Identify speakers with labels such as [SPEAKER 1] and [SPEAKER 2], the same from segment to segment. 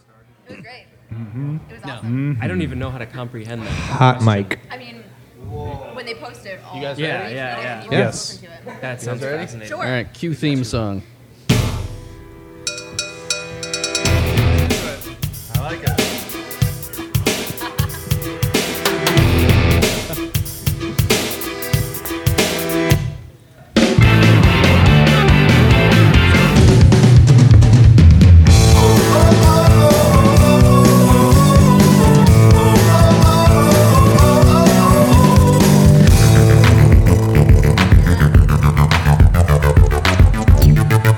[SPEAKER 1] It was great.
[SPEAKER 2] Mm-hmm.
[SPEAKER 1] It was
[SPEAKER 3] No.
[SPEAKER 1] awesome.
[SPEAKER 3] I don't even know how to comprehend that.
[SPEAKER 2] Hot mic.
[SPEAKER 1] I mean, when they posted it all,
[SPEAKER 4] You guys
[SPEAKER 1] over
[SPEAKER 3] ready?
[SPEAKER 1] the
[SPEAKER 3] Yeah,
[SPEAKER 1] internet,
[SPEAKER 3] yeah,
[SPEAKER 1] you
[SPEAKER 2] yeah.
[SPEAKER 1] were
[SPEAKER 2] Yes.
[SPEAKER 1] looking to it.
[SPEAKER 3] That sounds
[SPEAKER 4] ready?
[SPEAKER 3] fascinating.
[SPEAKER 1] Sure.
[SPEAKER 5] All right, cue theme song.
[SPEAKER 4] I like it.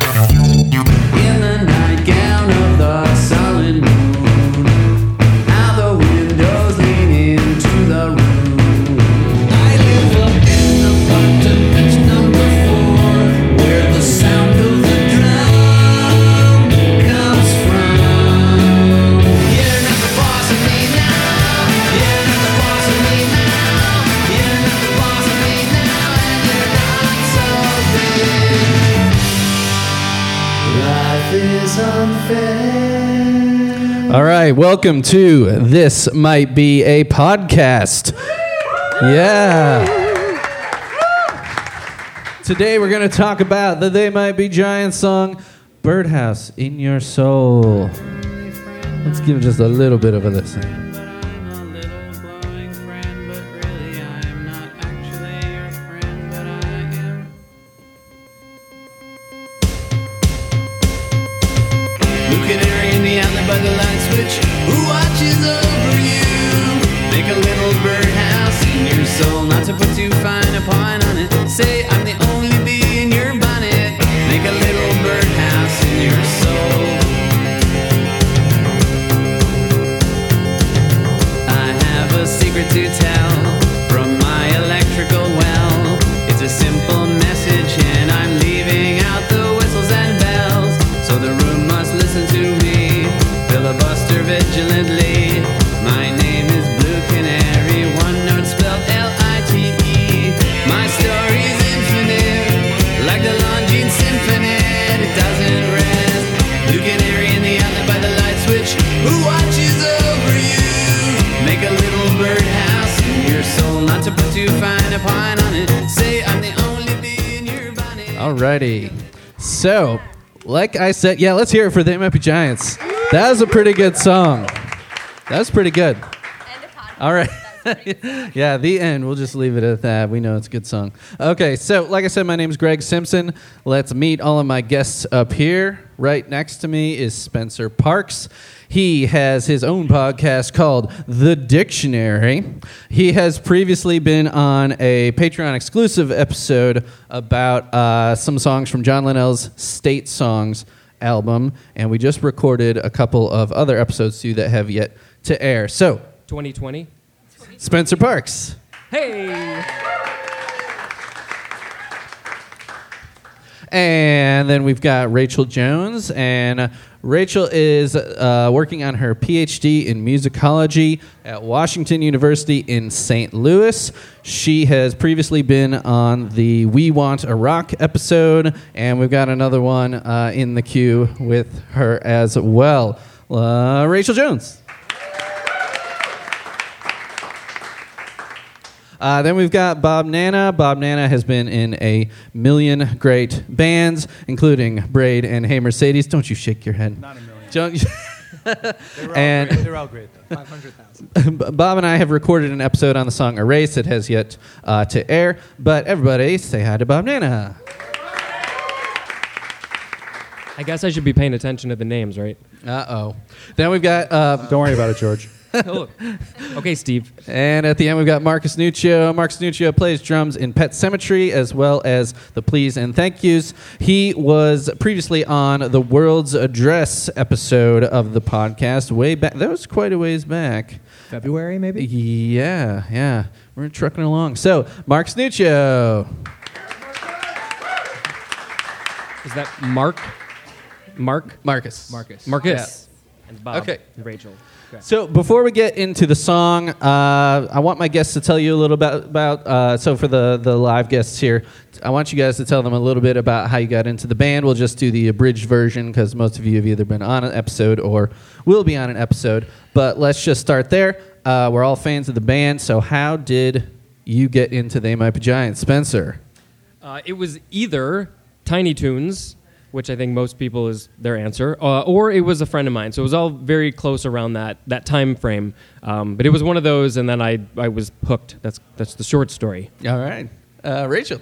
[SPEAKER 6] In the nightgown of the solid moon, out the windows lean into the room. I live up in the apartment number four, where the sound of the drum comes from. You're not the boss of me now. You're not the boss of me now. You're not the boss of me now, and you're not so big. Life is unfair.
[SPEAKER 5] All right, welcome to This Might Be a Podcast. Yeah. Today we're going to talk about the They Might Be Giant song, Birdhouse in Your Soul. Let's give it just a little bit of a listen.
[SPEAKER 6] But I'm a little blowing friend, but really I'm not actually your friend, but I am. Lucanarian beyond the by the light switch, who watches over you? Make a little birdhouse in your soul, not to put too fine a point on it. Say I'm the only bee in your bonnet. Make a little birdhouse in your soul. I have a secret to tell from my electrical well. It's a simple message, and I'm leaving out the whistles and bells. So the room must listen to me, filibuster vigilantly. My name is Blue Canary, one note spelled L I T E. My story's infinite, like the Longines Symphony. It doesn't rest. Blue Canary in the outlet by the light switch. Who watches over you? Make a little birdhouse in your soul, not to put too fine a pine on it. Say I'm the only bee in your bonnet.
[SPEAKER 5] Alrighty. So, like I said, yeah, let's hear it for They Might Be Giants. That was a pretty good song. That was pretty good.
[SPEAKER 1] End of podcast.
[SPEAKER 5] All right.
[SPEAKER 1] That was pretty good.
[SPEAKER 5] yeah, the end. We'll just leave it at that. We know it's a good song. Okay, so like I said, my name's Greg Simpson. Let's meet all of my guests up here. Right next to me is Spencer Parks. He has his own podcast called The Dictionary. He has previously been on a Patreon exclusive episode about uh, some songs from John Linnell's State Songs album, and we just recorded a couple of other episodes too that have yet to air. So
[SPEAKER 3] 2020.
[SPEAKER 5] Spencer Parks.
[SPEAKER 3] Hey.
[SPEAKER 5] And then we've got Rachel Jones. And uh, Rachel is uh, working on her PhD in musicology at Washington University in St. Louis. She has previously been on the We Want a Rock episode. And we've got another one uh, in the queue with her as well. Uh, Rachel Jones. Uh, then we've got Bob Nana. Bob Nana has been in a million great bands, including Braid and Hey Mercedes. Don't you shake your head.
[SPEAKER 4] Not a million.
[SPEAKER 5] Don't you-
[SPEAKER 4] They're all,
[SPEAKER 5] And-
[SPEAKER 4] great. They're all great, though. 500,000.
[SPEAKER 5] Bob and I have recorded an episode on the song Erase that has yet uh, to air. But everybody, say hi to Bob Nana.
[SPEAKER 3] I guess I should be paying attention to the names, right?
[SPEAKER 5] Uh oh. Then we've got, uh,
[SPEAKER 2] Don't worry about it, George.
[SPEAKER 3] Oh. okay, Steve.
[SPEAKER 5] and at the end, we've got Marcus Nuccio. Marcus Nuccio plays drums in Pet Cemetery as well as the Please and Thank Yous. He was previously on the World's Address episode of the podcast way back. That was quite a ways back.
[SPEAKER 2] February, maybe?
[SPEAKER 5] Yeah, yeah. We're trucking along. So, Mark Snuccio.
[SPEAKER 3] Is that Mark? Mark?
[SPEAKER 5] Marcus.
[SPEAKER 2] Marcus.
[SPEAKER 3] Marcus. and Bob
[SPEAKER 5] Okay.
[SPEAKER 3] and Rachel. Okay.
[SPEAKER 5] So before we get into the song, uh, I want my guests to tell you a little bit about. Uh, so for the the live guests here, I want you guys to tell them a little bit about how you got into the band. We'll just do the abridged version because most of you have either been on an episode or will be on an episode. But let's just start there. Uh, we're all fans of the band, so how did you get into the MIP Giants, Spencer?
[SPEAKER 3] Uh, it was either Tiny Toons, which I think most people is their answer, uh, or it was a friend of mine. So it was all very close around that that time frame. Um, but it was one of those, and then I I was hooked. That's that's the short story.
[SPEAKER 5] All right, uh, Rachel.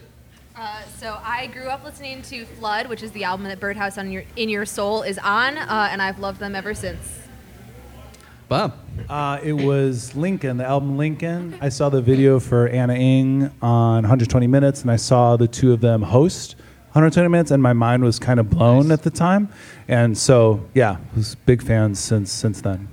[SPEAKER 1] Uh, so I grew up listening to Flood, which is the album that Birdhouse on your In Your Soul is on, uh, and I've loved them ever since.
[SPEAKER 5] Bob.
[SPEAKER 7] Uh, it was Lincoln, the album Lincoln. I saw the video for Anna Ing on 120 Minutes, and I saw the two of them host 120 Minutes, and my mind was kind of blown at the time. And so, yeah, was big fans since since then.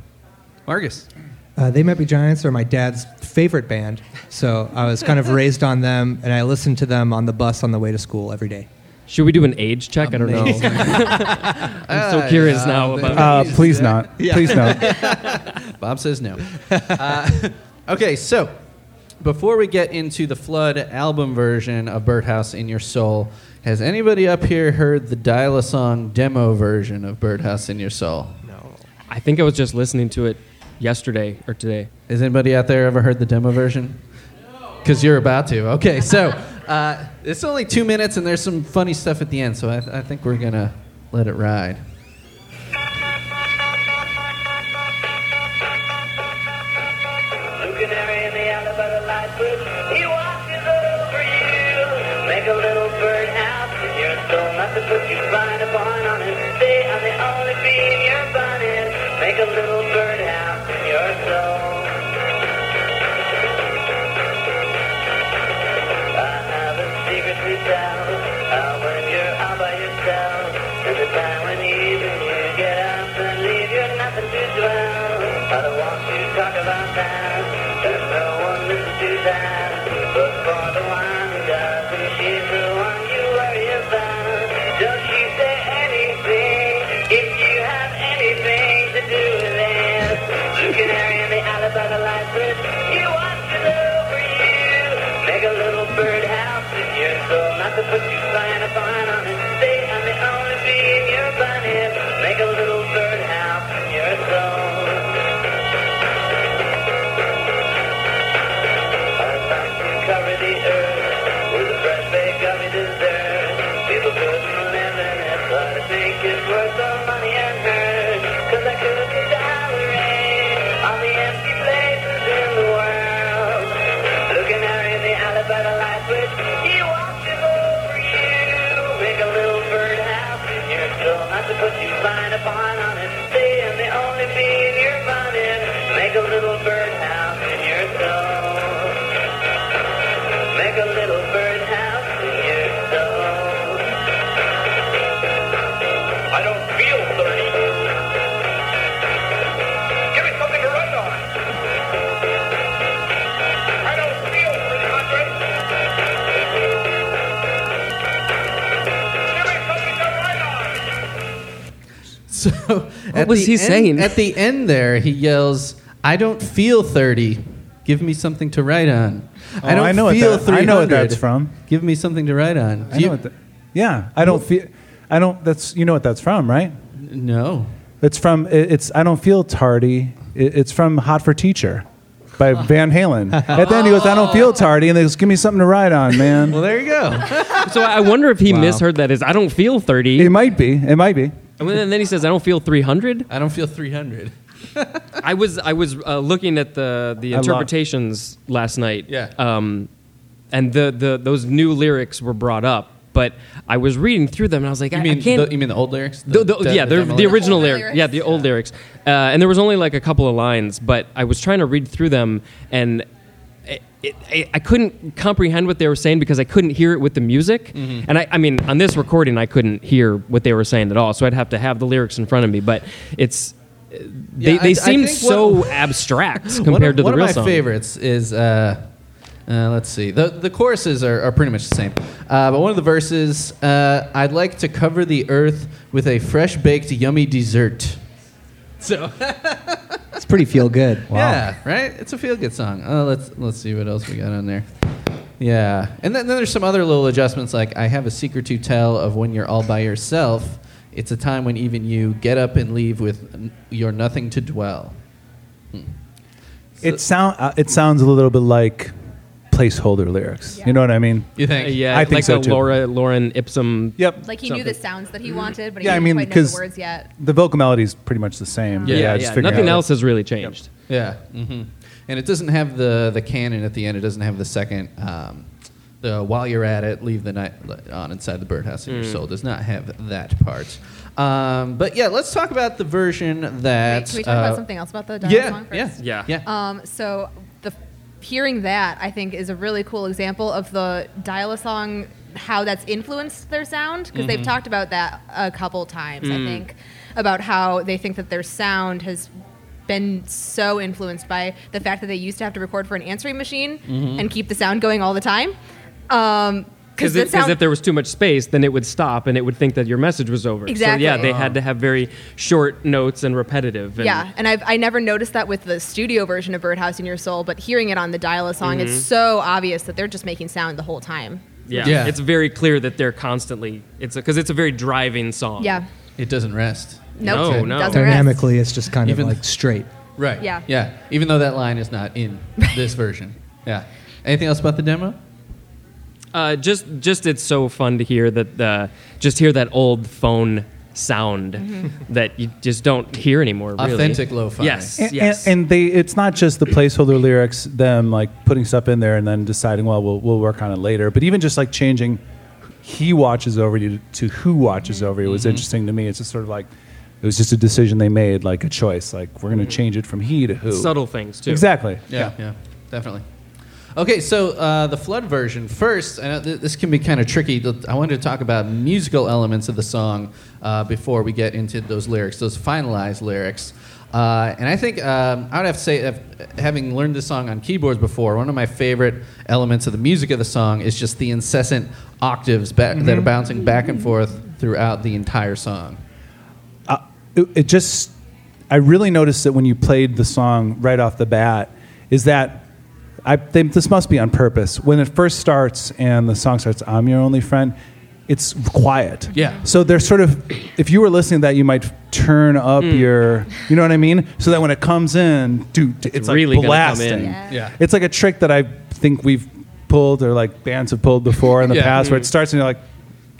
[SPEAKER 5] Marcus.
[SPEAKER 2] Uh, they Might Be Giants are my dad's favorite band, so I was kind of raised on them, and I listened to them on the bus on the way to school every day.
[SPEAKER 3] Should we do an age check? I don't know. I'm so curious now about.
[SPEAKER 7] Uh, please not. Please not.
[SPEAKER 5] Bob says no. Uh, okay, so before we get into the Flood album version of Birdhouse in Your Soul, has anybody up here heard the Dial a Song demo version of Birdhouse in Your Soul?
[SPEAKER 3] I think I was just listening to it yesterday or today.
[SPEAKER 5] Has anybody out there ever heard the demo version? Because you're about to. Okay, so uh, it's only two minutes and there's some funny stuff at the end, so I, I think we're going to let it ride.
[SPEAKER 8] Looking there in the Alabama light switch, he watches over you. Make a little birdhouse in your soul, not to put you fine upon on it. Say I'm the only bee in your bonnet. Make a little birdhouse in your soul. I have a secret to tell. How when you're all by yourself, there's a time when even you get up and leave you nothing to dwell. I don't want to talk about that. There's no one listen to that. But for the one who does, and she's the one you worry about. Don't you say anything if you have anything to do with it. Looking her in the eye by the light bridge, you want to know for you. Make a little birdhouse in your soul, not to put you flying up on on it. Say I'm the only bee in your bonnet. Make a little birdhouse in your soul. Cover the earth with a fresh baked gummy dessert. People couldn't live in it, but I think it's worth the money and hurt. Cause I could be dialing on the empty places in the world. Looking out in the alley by the light switch, he watches over you. Make a little birdhouse in your soul, not to put you fine upon on it. Stay in the only bee in your bonnet. Make a little birdhouse in your soul. Make a little birdhouse in your soul. I don't feel 30. Give me something to write on. I don't feel 300. Give me something to write on.
[SPEAKER 5] So at
[SPEAKER 3] was
[SPEAKER 5] the
[SPEAKER 3] he
[SPEAKER 5] end-
[SPEAKER 3] saying?
[SPEAKER 5] At the end there, he yells, "I don't feel 30. Give me something to write on." I
[SPEAKER 7] Oh,
[SPEAKER 5] don't
[SPEAKER 7] I know what
[SPEAKER 5] feel
[SPEAKER 7] that- I know what
[SPEAKER 5] 300.
[SPEAKER 7] that's from.
[SPEAKER 5] Give me something to write on.
[SPEAKER 7] I
[SPEAKER 5] Do you-
[SPEAKER 7] know what that- yeah, I don't feel. I don't. That's you know what that's from, right?
[SPEAKER 5] no.
[SPEAKER 7] It's from. it- It's. I don't feel tardy. It- It's from Hot for Teacher, by Van Halen. At the end, he goes, "I don't feel tardy," and they goes, "Give me something to ride on, man."
[SPEAKER 5] Well, there you go.
[SPEAKER 3] So I I wonder if he
[SPEAKER 5] Wow.
[SPEAKER 3] misheard that as I don't feel 30.
[SPEAKER 7] it might be. It might be.
[SPEAKER 3] And then then he says, "I don't feel 300."
[SPEAKER 5] I don't feel 300.
[SPEAKER 3] I was I was uh, looking at the the
[SPEAKER 7] I love-
[SPEAKER 3] interpretations last night.
[SPEAKER 5] Yeah.
[SPEAKER 3] Um, and the, the those new lyrics were brought up, but I was reading through them and I was like,
[SPEAKER 5] You
[SPEAKER 3] I,
[SPEAKER 5] mean
[SPEAKER 3] I can't.
[SPEAKER 5] the, you mean the old lyrics?
[SPEAKER 3] The- the- yeah, the, the,
[SPEAKER 5] demo lyrics?
[SPEAKER 3] original
[SPEAKER 1] Older
[SPEAKER 3] lyric,
[SPEAKER 1] lyrics.
[SPEAKER 3] yeah, the old lyrics, uh, and there was only like a couple of lines, but I was trying to read through them, and it, it, I- I couldn't comprehend what they were saying because I couldn't hear it with the music,
[SPEAKER 5] Mm-hmm.
[SPEAKER 3] and I, I mean, on this recording, I couldn't hear what they were saying at all, so I'd have to have the lyrics in front of me, but it's they,
[SPEAKER 5] Yeah, I- I
[SPEAKER 3] they seemed
[SPEAKER 5] think
[SPEAKER 3] so
[SPEAKER 5] one-
[SPEAKER 3] abstract
[SPEAKER 5] One
[SPEAKER 3] compared
[SPEAKER 5] of,
[SPEAKER 3] to the
[SPEAKER 5] one
[SPEAKER 3] real
[SPEAKER 5] of my
[SPEAKER 3] song.
[SPEAKER 5] favorites is uh, uh, let's see the the choruses are, are pretty much the same uh, but one of the verses uh, i'd like to cover the earth with a fresh baked yummy dessert So
[SPEAKER 2] It's pretty feel good. Wow.
[SPEAKER 5] yeah, right. It's a feel good song. Uh, let's let's see what else we got on there. Yeah, and then, then there's some other little adjustments. Like I have a secret to tell of when you're all by yourself. It's a time when even you get up and leave with n- your nothing to dwell.
[SPEAKER 7] It sound uh, it sounds a little bit like placeholder lyrics. You know what I mean?
[SPEAKER 5] You think?
[SPEAKER 3] Uh, yeah,
[SPEAKER 7] I think
[SPEAKER 3] like
[SPEAKER 7] so,
[SPEAKER 3] a
[SPEAKER 7] too.
[SPEAKER 3] Laura Lauren Ipsum.
[SPEAKER 7] Yep.
[SPEAKER 1] Like he knew
[SPEAKER 3] Something.
[SPEAKER 1] the sounds that he wanted, but he
[SPEAKER 7] Yeah, I
[SPEAKER 1] didn't
[SPEAKER 7] mean,
[SPEAKER 1] quite know the
[SPEAKER 7] 'cause-
[SPEAKER 1] words yet.
[SPEAKER 7] The vocal melody is pretty much the same.
[SPEAKER 3] Yeah, yeah,
[SPEAKER 7] just figuring
[SPEAKER 3] nothing
[SPEAKER 7] out-
[SPEAKER 3] else has really changed.
[SPEAKER 5] Yeah. hmm And it doesn't have the the canon at the end. It doesn't have the second. Um, the while you're at it, leave the night light on inside the birdhouse of your soul. Does not have that part. Um, but yeah, let's talk about the version that.
[SPEAKER 1] Wait, can we talk
[SPEAKER 5] uh,
[SPEAKER 1] about something else about the Donald
[SPEAKER 5] Yeah,
[SPEAKER 1] song first?
[SPEAKER 5] yeah,
[SPEAKER 3] Yeah.
[SPEAKER 5] yeah.
[SPEAKER 1] Um, so the hearing that I think is a really cool example of the dial song how that's influenced their sound because they've talked about that a couple times I think about how they think that their sound has been so influenced by the fact that they used to have to record for an answering machine and keep the sound going all the time. Um,
[SPEAKER 3] Because
[SPEAKER 1] the sound-
[SPEAKER 3] if there was too much space, then it would stop and it would think that your message was over.
[SPEAKER 1] Exactly.
[SPEAKER 3] So yeah, they had to have very short notes and repetitive. And
[SPEAKER 1] yeah, and I've, I never noticed that with the studio version of Birdhouse in Your Soul, but hearing it on the dial a song, it's so obvious that they're just making sound the whole time.
[SPEAKER 3] Yeah.
[SPEAKER 5] Yeah.
[SPEAKER 3] It's very clear that they're constantly, it's because it's a very driving song.
[SPEAKER 1] Yeah.
[SPEAKER 5] It doesn't rest.
[SPEAKER 1] Nope.
[SPEAKER 3] No, no.
[SPEAKER 1] Doesn't rest.
[SPEAKER 2] Dynamically, it's just kind
[SPEAKER 5] Even-
[SPEAKER 2] of like straight.
[SPEAKER 5] Right.
[SPEAKER 1] Yeah.
[SPEAKER 5] Yeah. Even though that line is not in this version. Yeah. Anything else about the demo?
[SPEAKER 3] Uh, just, just it's so fun to hear that, uh, just hear that old phone sound
[SPEAKER 1] Mm-hmm.
[SPEAKER 3] that you just don't hear anymore. Really.
[SPEAKER 5] Authentic lo-fi.
[SPEAKER 3] Yes.
[SPEAKER 7] And,
[SPEAKER 3] yes.
[SPEAKER 7] and, and they it's not just the placeholder lyrics, them like putting stuff in there and then deciding, well, we'll we'll work on it later. But even just like changing he watches over you to who watches over you
[SPEAKER 3] Mm-hmm.
[SPEAKER 7] was interesting to me. It's just sort of like it was just a decision they made, like a choice. Like we're gonna change it from he to who.
[SPEAKER 3] Mm-hmm. Subtle things too.
[SPEAKER 7] Exactly.
[SPEAKER 5] Yeah. Yeah. Definitely. Okay, so uh, the flood version first. I know th- this can be kind of tricky. but I wanted to talk about musical elements of the song uh, before we get into those lyrics, those finalized lyrics. Uh, and I think um, I would have to say, if, having learned this song on keyboards before, one of my favorite elements of the music of the song is just the incessant octaves ba- that are bouncing back and forth throughout the entire song.
[SPEAKER 7] it, it just I really noticed that when you played the song right off the bat is that I think this must be on purpose. When it first starts and the song starts, "I'm your only friend," it's quiet.
[SPEAKER 5] Yeah.
[SPEAKER 7] So they're sort of, if you were listening to that, you might turn up your, you know what I mean, so that when it comes in, dude, it's, like
[SPEAKER 3] really gonna come
[SPEAKER 7] blasting.
[SPEAKER 3] in.
[SPEAKER 5] Yeah.
[SPEAKER 7] It's like a trick that I think we've pulled or like bands have pulled before in the
[SPEAKER 5] Yeah.
[SPEAKER 7] past, where it starts and you're like,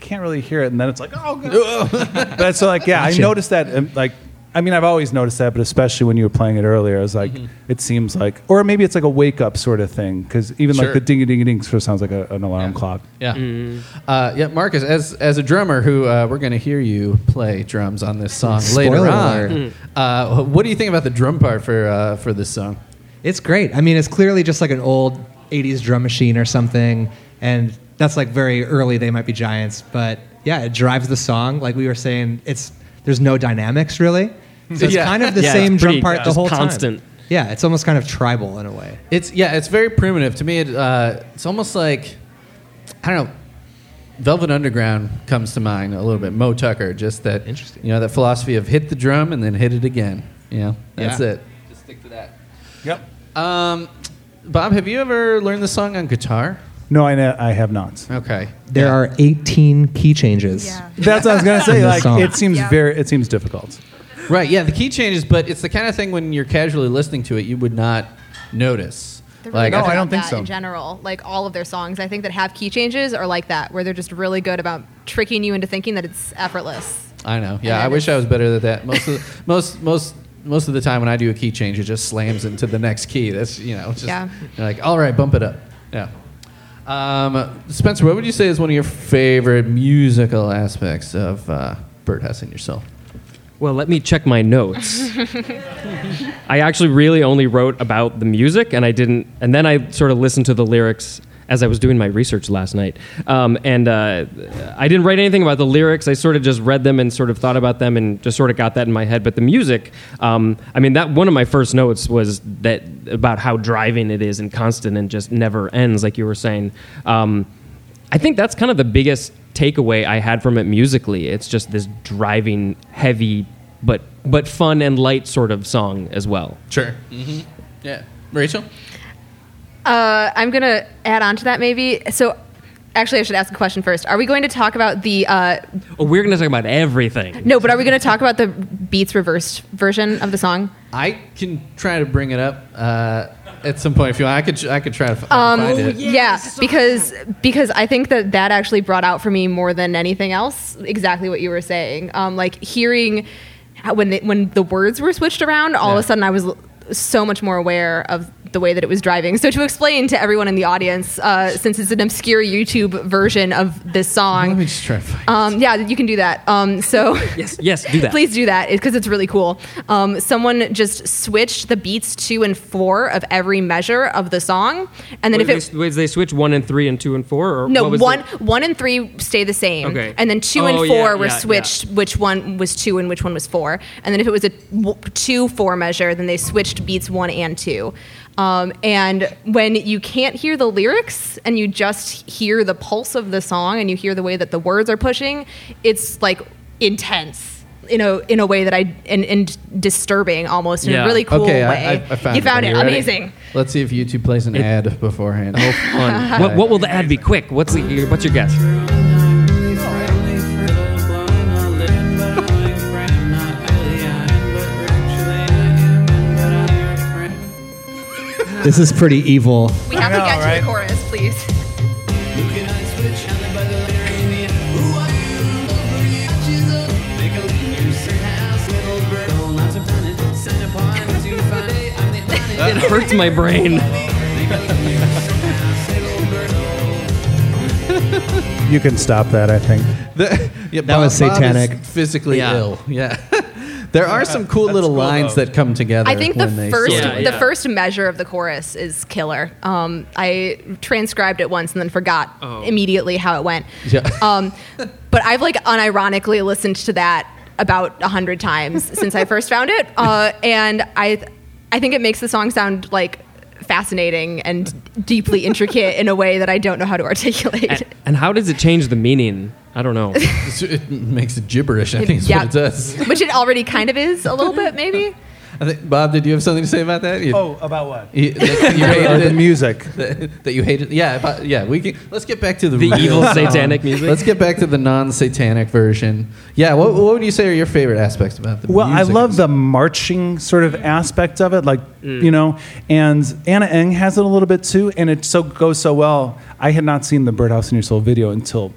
[SPEAKER 7] can't really hear it, and then it's like, oh god. But so like, yeah, I
[SPEAKER 2] Gotcha.
[SPEAKER 7] noticed that. um, Like, I mean, I've always noticed that, but especially when you were playing it earlier, I was like, it seems like, or maybe it's like a wake up sort of thing, because even
[SPEAKER 5] Sure.
[SPEAKER 7] like the ding a ding a ding sort of sounds like a, an alarm
[SPEAKER 5] Yeah.
[SPEAKER 7] clock.
[SPEAKER 5] Yeah. Uh, yeah, Marcus, as, as a drummer who uh, we're going to hear you play drums on this song
[SPEAKER 2] Spoiler
[SPEAKER 5] later on,
[SPEAKER 2] alert.
[SPEAKER 5] uh, what do you think about the drum part for, uh, for this song?
[SPEAKER 2] It's great. I mean, it's clearly just like an old 80s drum machine or something. And that's like very early, they might be giants. But yeah, it drives the song. Like we were saying, it's there's no dynamics really. So it's
[SPEAKER 5] Yeah.
[SPEAKER 2] kind of the
[SPEAKER 3] Yeah,
[SPEAKER 2] same
[SPEAKER 3] it's pretty
[SPEAKER 2] drum part the
[SPEAKER 3] just
[SPEAKER 2] whole
[SPEAKER 3] constant.
[SPEAKER 2] time. Yeah, it's almost kind of tribal in a way.
[SPEAKER 5] It's, yeah, it's very primitive. To me, it, uh, it's almost like, I don't know, Velvet Underground comes to mind a little bit. Mo Tucker, just that,
[SPEAKER 2] Interesting.
[SPEAKER 5] you know, that philosophy of hit the drum and then hit it again. You know, that's
[SPEAKER 2] Yeah.
[SPEAKER 5] it. Just stick to that.
[SPEAKER 7] Yep.
[SPEAKER 5] Um, Bob, have you ever learned the song on guitar?
[SPEAKER 7] No, I ne- I have not.
[SPEAKER 5] Okay.
[SPEAKER 2] There are 18 key changes.
[SPEAKER 1] Yeah.
[SPEAKER 7] That's what I was gonna
[SPEAKER 2] In
[SPEAKER 7] say.
[SPEAKER 2] the
[SPEAKER 7] Like,
[SPEAKER 2] song.
[SPEAKER 7] it seems
[SPEAKER 1] Yeah.
[SPEAKER 7] very, it seems difficult.
[SPEAKER 5] Right, yeah, the key changes, but it's the kind of thing when you're casually listening to it, you would not notice.
[SPEAKER 1] They're really
[SPEAKER 7] No,
[SPEAKER 1] good
[SPEAKER 7] I
[SPEAKER 1] about
[SPEAKER 7] don't think
[SPEAKER 1] that
[SPEAKER 7] so.
[SPEAKER 1] In general, like all of their songs, I think that have key changes are like that, where they're just really good about tricking you into thinking that it's effortless.
[SPEAKER 5] I know. Yeah, I
[SPEAKER 1] And
[SPEAKER 5] wish I was better at that. Most of the, most most most of the time when I do a key change, it just slams into the next key. That's you know, it's just
[SPEAKER 1] Yeah.
[SPEAKER 5] you're like, all right, bump it up. Yeah. Um, Spencer, what would you say is one of your favorite musical aspects of uh, Birdhouse in Your Soul?
[SPEAKER 3] Well, let me check my notes. I actually really only wrote about the music, and I didn't. And then I sort of listened to the lyrics as I was doing my research last night. Um, and uh, I didn't write anything about the lyrics. I sort of just read them and sort of thought about them, and just sort of got that in my head. But the music, um, I mean, that one of my first notes was that about how driving it is and constant and just never ends, like you were saying. Um, I think that's kind of the biggest takeaway I had from it musically. It's just this driving, heavy but but fun and light sort of song as well.
[SPEAKER 5] Sure. hmm Yeah. Rachel?
[SPEAKER 1] Uh, I'm gonna add on to that maybe. So, actually, I should ask a question first. Are we going to talk about the? Uh,
[SPEAKER 3] Oh, we're gonna talk about everything.
[SPEAKER 1] no, but are we going to talk about the Beats reversed version of the song?
[SPEAKER 5] I can try to bring it up uh, at some point if you want. I could, I could try to f-
[SPEAKER 1] Um,
[SPEAKER 5] find it.
[SPEAKER 1] yeah, because because I think that that actually brought out for me more than anything else exactly what you were saying. Um, like hearing how- when the, when the words were switched around, all of
[SPEAKER 5] Yeah.
[SPEAKER 1] a sudden I was l- so much more aware of the way that it was driving. So to explain to everyone in the audience, uh, since it's an obscure YouTube version of this
[SPEAKER 5] Let me
[SPEAKER 1] song,
[SPEAKER 5] just try to find
[SPEAKER 1] um, yeah, you can do that. Um, so.
[SPEAKER 3] Yes, yes, do that.
[SPEAKER 1] Please do that because it's really cool. Um, someone just switched the beats two and four of every measure of the song, and then
[SPEAKER 3] Wait,
[SPEAKER 1] if it
[SPEAKER 3] they, wait, they switch one and three and two and four, or
[SPEAKER 1] no,
[SPEAKER 3] what was
[SPEAKER 1] one
[SPEAKER 3] the-
[SPEAKER 1] one and three stay the same,
[SPEAKER 3] Okay.
[SPEAKER 1] and then two and four
[SPEAKER 3] Oh, yeah,
[SPEAKER 1] were
[SPEAKER 3] yeah, yeah.
[SPEAKER 1] switched. Which one was two and which one was four? And then if it was a w- two four measure, then they switched beats one and two. Um, and when you can't hear the lyrics and you just hear the pulse of the song and you hear the way that the words are pushing, it's like intense. In a, in a way that I and, and disturbing almost in
[SPEAKER 3] Yeah.
[SPEAKER 1] a really cool
[SPEAKER 5] okay,
[SPEAKER 1] way.
[SPEAKER 5] I, I, I found
[SPEAKER 1] you
[SPEAKER 5] it.
[SPEAKER 1] found
[SPEAKER 5] Are
[SPEAKER 1] it,
[SPEAKER 5] ready?
[SPEAKER 1] amazing.
[SPEAKER 5] Let's see if YouTube plays an ad beforehand.
[SPEAKER 3] on- what, what will the ad be? Quick, what's the, your- what's your guess?
[SPEAKER 2] This is pretty evil.
[SPEAKER 1] We have
[SPEAKER 7] I
[SPEAKER 1] to
[SPEAKER 7] know,
[SPEAKER 1] get to
[SPEAKER 7] right?
[SPEAKER 1] the chorus, please.
[SPEAKER 3] It hurts my brain.
[SPEAKER 7] You can stop that, I think.
[SPEAKER 5] The- yeah,
[SPEAKER 2] That was
[SPEAKER 5] Bob- Bob is
[SPEAKER 2] satanic.
[SPEAKER 5] physically
[SPEAKER 3] Yeah.
[SPEAKER 5] ill. Yeah. there are some cool little
[SPEAKER 7] cool,
[SPEAKER 5] lines
[SPEAKER 7] though.
[SPEAKER 5] that come together.
[SPEAKER 1] I think the
[SPEAKER 5] when they
[SPEAKER 1] first
[SPEAKER 5] sort of-
[SPEAKER 3] Yeah,
[SPEAKER 1] the
[SPEAKER 3] yeah.
[SPEAKER 1] first measure of the chorus is killer. Um, I transcribed it once and then forgot
[SPEAKER 3] Oh.
[SPEAKER 1] immediately how it went.
[SPEAKER 5] Yeah.
[SPEAKER 1] Um, but I've like unironically listened to that about a hundred times since I first found it, uh, and I I think it makes the song sound like fascinating and deeply intricate in a way that I don't know how to articulate.
[SPEAKER 3] and, and how does it change the meaning? I don't know.
[SPEAKER 5] it makes it gibberish. I think is
[SPEAKER 1] Yeah.
[SPEAKER 5] what it does.
[SPEAKER 1] Which it already kind of is a little bit, maybe.
[SPEAKER 5] I think Bob, did you have something to say about that? You,
[SPEAKER 7] Oh, about what?
[SPEAKER 5] you- that you
[SPEAKER 7] Or Uh, the
[SPEAKER 5] hated it.
[SPEAKER 7] music.
[SPEAKER 5] That, that you hated. Yeah, about, yeah. We can, let's get back to the,
[SPEAKER 3] The
[SPEAKER 5] real
[SPEAKER 3] evil
[SPEAKER 5] song.
[SPEAKER 3] satanic music?
[SPEAKER 5] Let's get back to the non-satanic version. Yeah. What, what would you say are your favorite aspects about the?
[SPEAKER 7] Well, I
[SPEAKER 5] music?
[SPEAKER 7] love the marching sort of aspect of it, like
[SPEAKER 5] Mm.
[SPEAKER 7] you know, and Anna Eng has it a little bit too, and it so goes so well. I had not seen the Birdhouse in Your Soul video until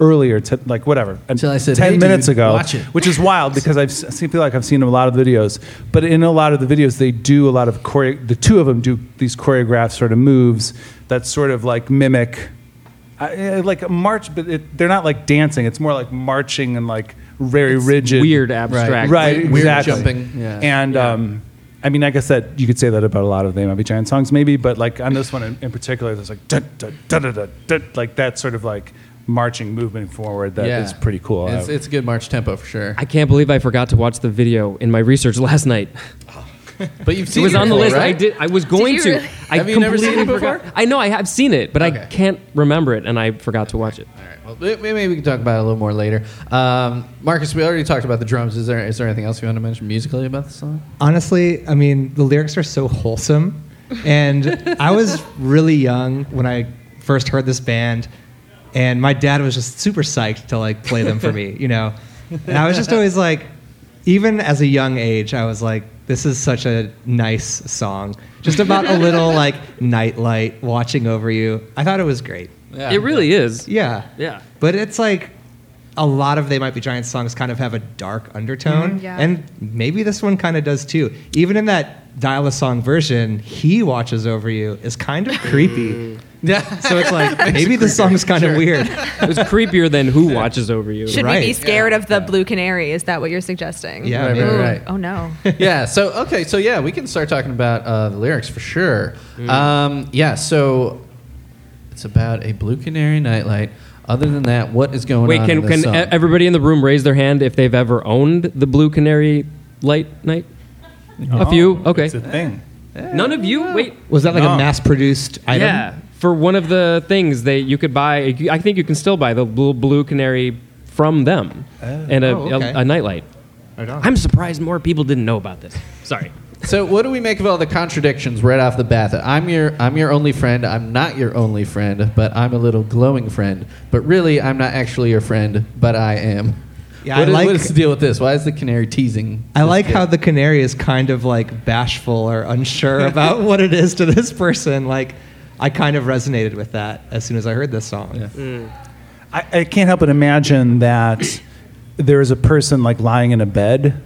[SPEAKER 7] earlier, t- like whatever,
[SPEAKER 5] Until I said,
[SPEAKER 7] ten
[SPEAKER 5] "Hey,
[SPEAKER 7] minutes
[SPEAKER 5] dude,
[SPEAKER 7] ago,
[SPEAKER 5] watch it."
[SPEAKER 7] which is wild because I've s- I feel like I've seen a lot of videos, but in a lot of the videos they do a lot of chore- the two of them do these choreographed sort of moves that sort of like mimic I, I- like a march, but it, they're not like dancing. It's more like marching and like very rigid,
[SPEAKER 3] Weird abstract.
[SPEAKER 7] right?
[SPEAKER 5] Weird
[SPEAKER 7] exactly.
[SPEAKER 5] jumping, yeah.
[SPEAKER 7] And um, I mean, I guess that you could say that about a lot of the Might Be Giant songs, maybe, but like on this one in, in particular, there's like dun, dun, dun, dun, dun, dun, like that sort of like marching movement forward that is
[SPEAKER 5] Yeah.
[SPEAKER 7] pretty cool. Uh,
[SPEAKER 5] It's,
[SPEAKER 7] I-
[SPEAKER 5] it's a good march tempo for sure.
[SPEAKER 3] I can't believe I forgot to watch the video in my research last night.
[SPEAKER 5] But you've
[SPEAKER 3] It
[SPEAKER 5] seen
[SPEAKER 3] was on the
[SPEAKER 5] before,
[SPEAKER 3] list. I
[SPEAKER 5] right?
[SPEAKER 3] did. I was going
[SPEAKER 1] you
[SPEAKER 3] to.
[SPEAKER 1] really?
[SPEAKER 3] I
[SPEAKER 5] Have you never seen
[SPEAKER 3] completely
[SPEAKER 5] it before?
[SPEAKER 3] forgot. I know I have seen it, but
[SPEAKER 5] Okay.
[SPEAKER 3] I can't remember it, and I forgot to watch it.
[SPEAKER 5] All right. Well, may- maybe we can talk about it a little more later. Um, Marcus, we already talked about the drums. Is there is there anything else you want to mention musically about the song?
[SPEAKER 2] Honestly, I mean, the lyrics are so wholesome. And I was really young when I first heard this band, and my dad was just super psyched to like play them for me, you know. And I was just always like, even as a young age, I was like, this is such a nice song. Just about a little like nightlight watching over you. I thought it was great.
[SPEAKER 5] Yeah.
[SPEAKER 3] It really is.
[SPEAKER 2] Yeah.
[SPEAKER 3] Yeah.
[SPEAKER 2] But it's like a lot of They Might Be Giants songs kind of have a dark undertone.
[SPEAKER 1] Mhm, yeah.
[SPEAKER 2] And maybe this one kind of does too. Even in that Dial a Song version, He Watches Over You is kind of
[SPEAKER 7] Mm.
[SPEAKER 2] creepy.
[SPEAKER 5] Yeah.
[SPEAKER 2] so it's like, maybe this song's kind of weird.
[SPEAKER 3] It was creepier than Who Watches Over You.
[SPEAKER 1] Should we be
[SPEAKER 2] Right.
[SPEAKER 1] scared of the blue canary? Is that what you're suggesting?
[SPEAKER 2] Yeah,
[SPEAKER 5] Right,
[SPEAKER 2] maybe.
[SPEAKER 5] right,
[SPEAKER 1] Ooh,
[SPEAKER 5] right.
[SPEAKER 1] Oh no.
[SPEAKER 5] yeah. So okay. So yeah, we can start talking about uh, the lyrics for sure.
[SPEAKER 3] Mm-hmm.
[SPEAKER 5] Um, yeah. So it's about a blue canary nightlight. Other than that, what is going
[SPEAKER 3] Wait,
[SPEAKER 5] on? in
[SPEAKER 3] can can
[SPEAKER 5] this song?
[SPEAKER 3] e- everybody in the room raise their hand if they've ever owned the Blue Canary Light Night? A few.
[SPEAKER 7] Oh,
[SPEAKER 3] Okay.
[SPEAKER 7] It's a thing.
[SPEAKER 3] None of you. Wait.
[SPEAKER 2] Was that like
[SPEAKER 7] No.
[SPEAKER 2] a mass produced item?
[SPEAKER 3] Yeah. For one of the things that you could buy, I think you can still buy the blue, blue canary from them and a,
[SPEAKER 2] Oh, okay.
[SPEAKER 3] a, a nightlight.
[SPEAKER 2] Right on.
[SPEAKER 3] I'm surprised more people didn't know about this. Sorry.
[SPEAKER 5] So what do we make of all the contradictions right off the bat? That I'm your I'm your only friend. I'm not your only friend, but I'm a little glowing friend. But really, I'm not actually your friend, but I am. what
[SPEAKER 2] Yeah, I
[SPEAKER 5] is-
[SPEAKER 2] like-
[SPEAKER 5] what is the deal with this? Why is the canary teasing?
[SPEAKER 2] I
[SPEAKER 5] this
[SPEAKER 2] like
[SPEAKER 5] kid?
[SPEAKER 2] how the canary is kind of like bashful or unsure about what it is to this person. Like, I kind of resonated with that as soon as I heard this song.
[SPEAKER 7] I, I can't help but imagine that there is a person like lying in a bed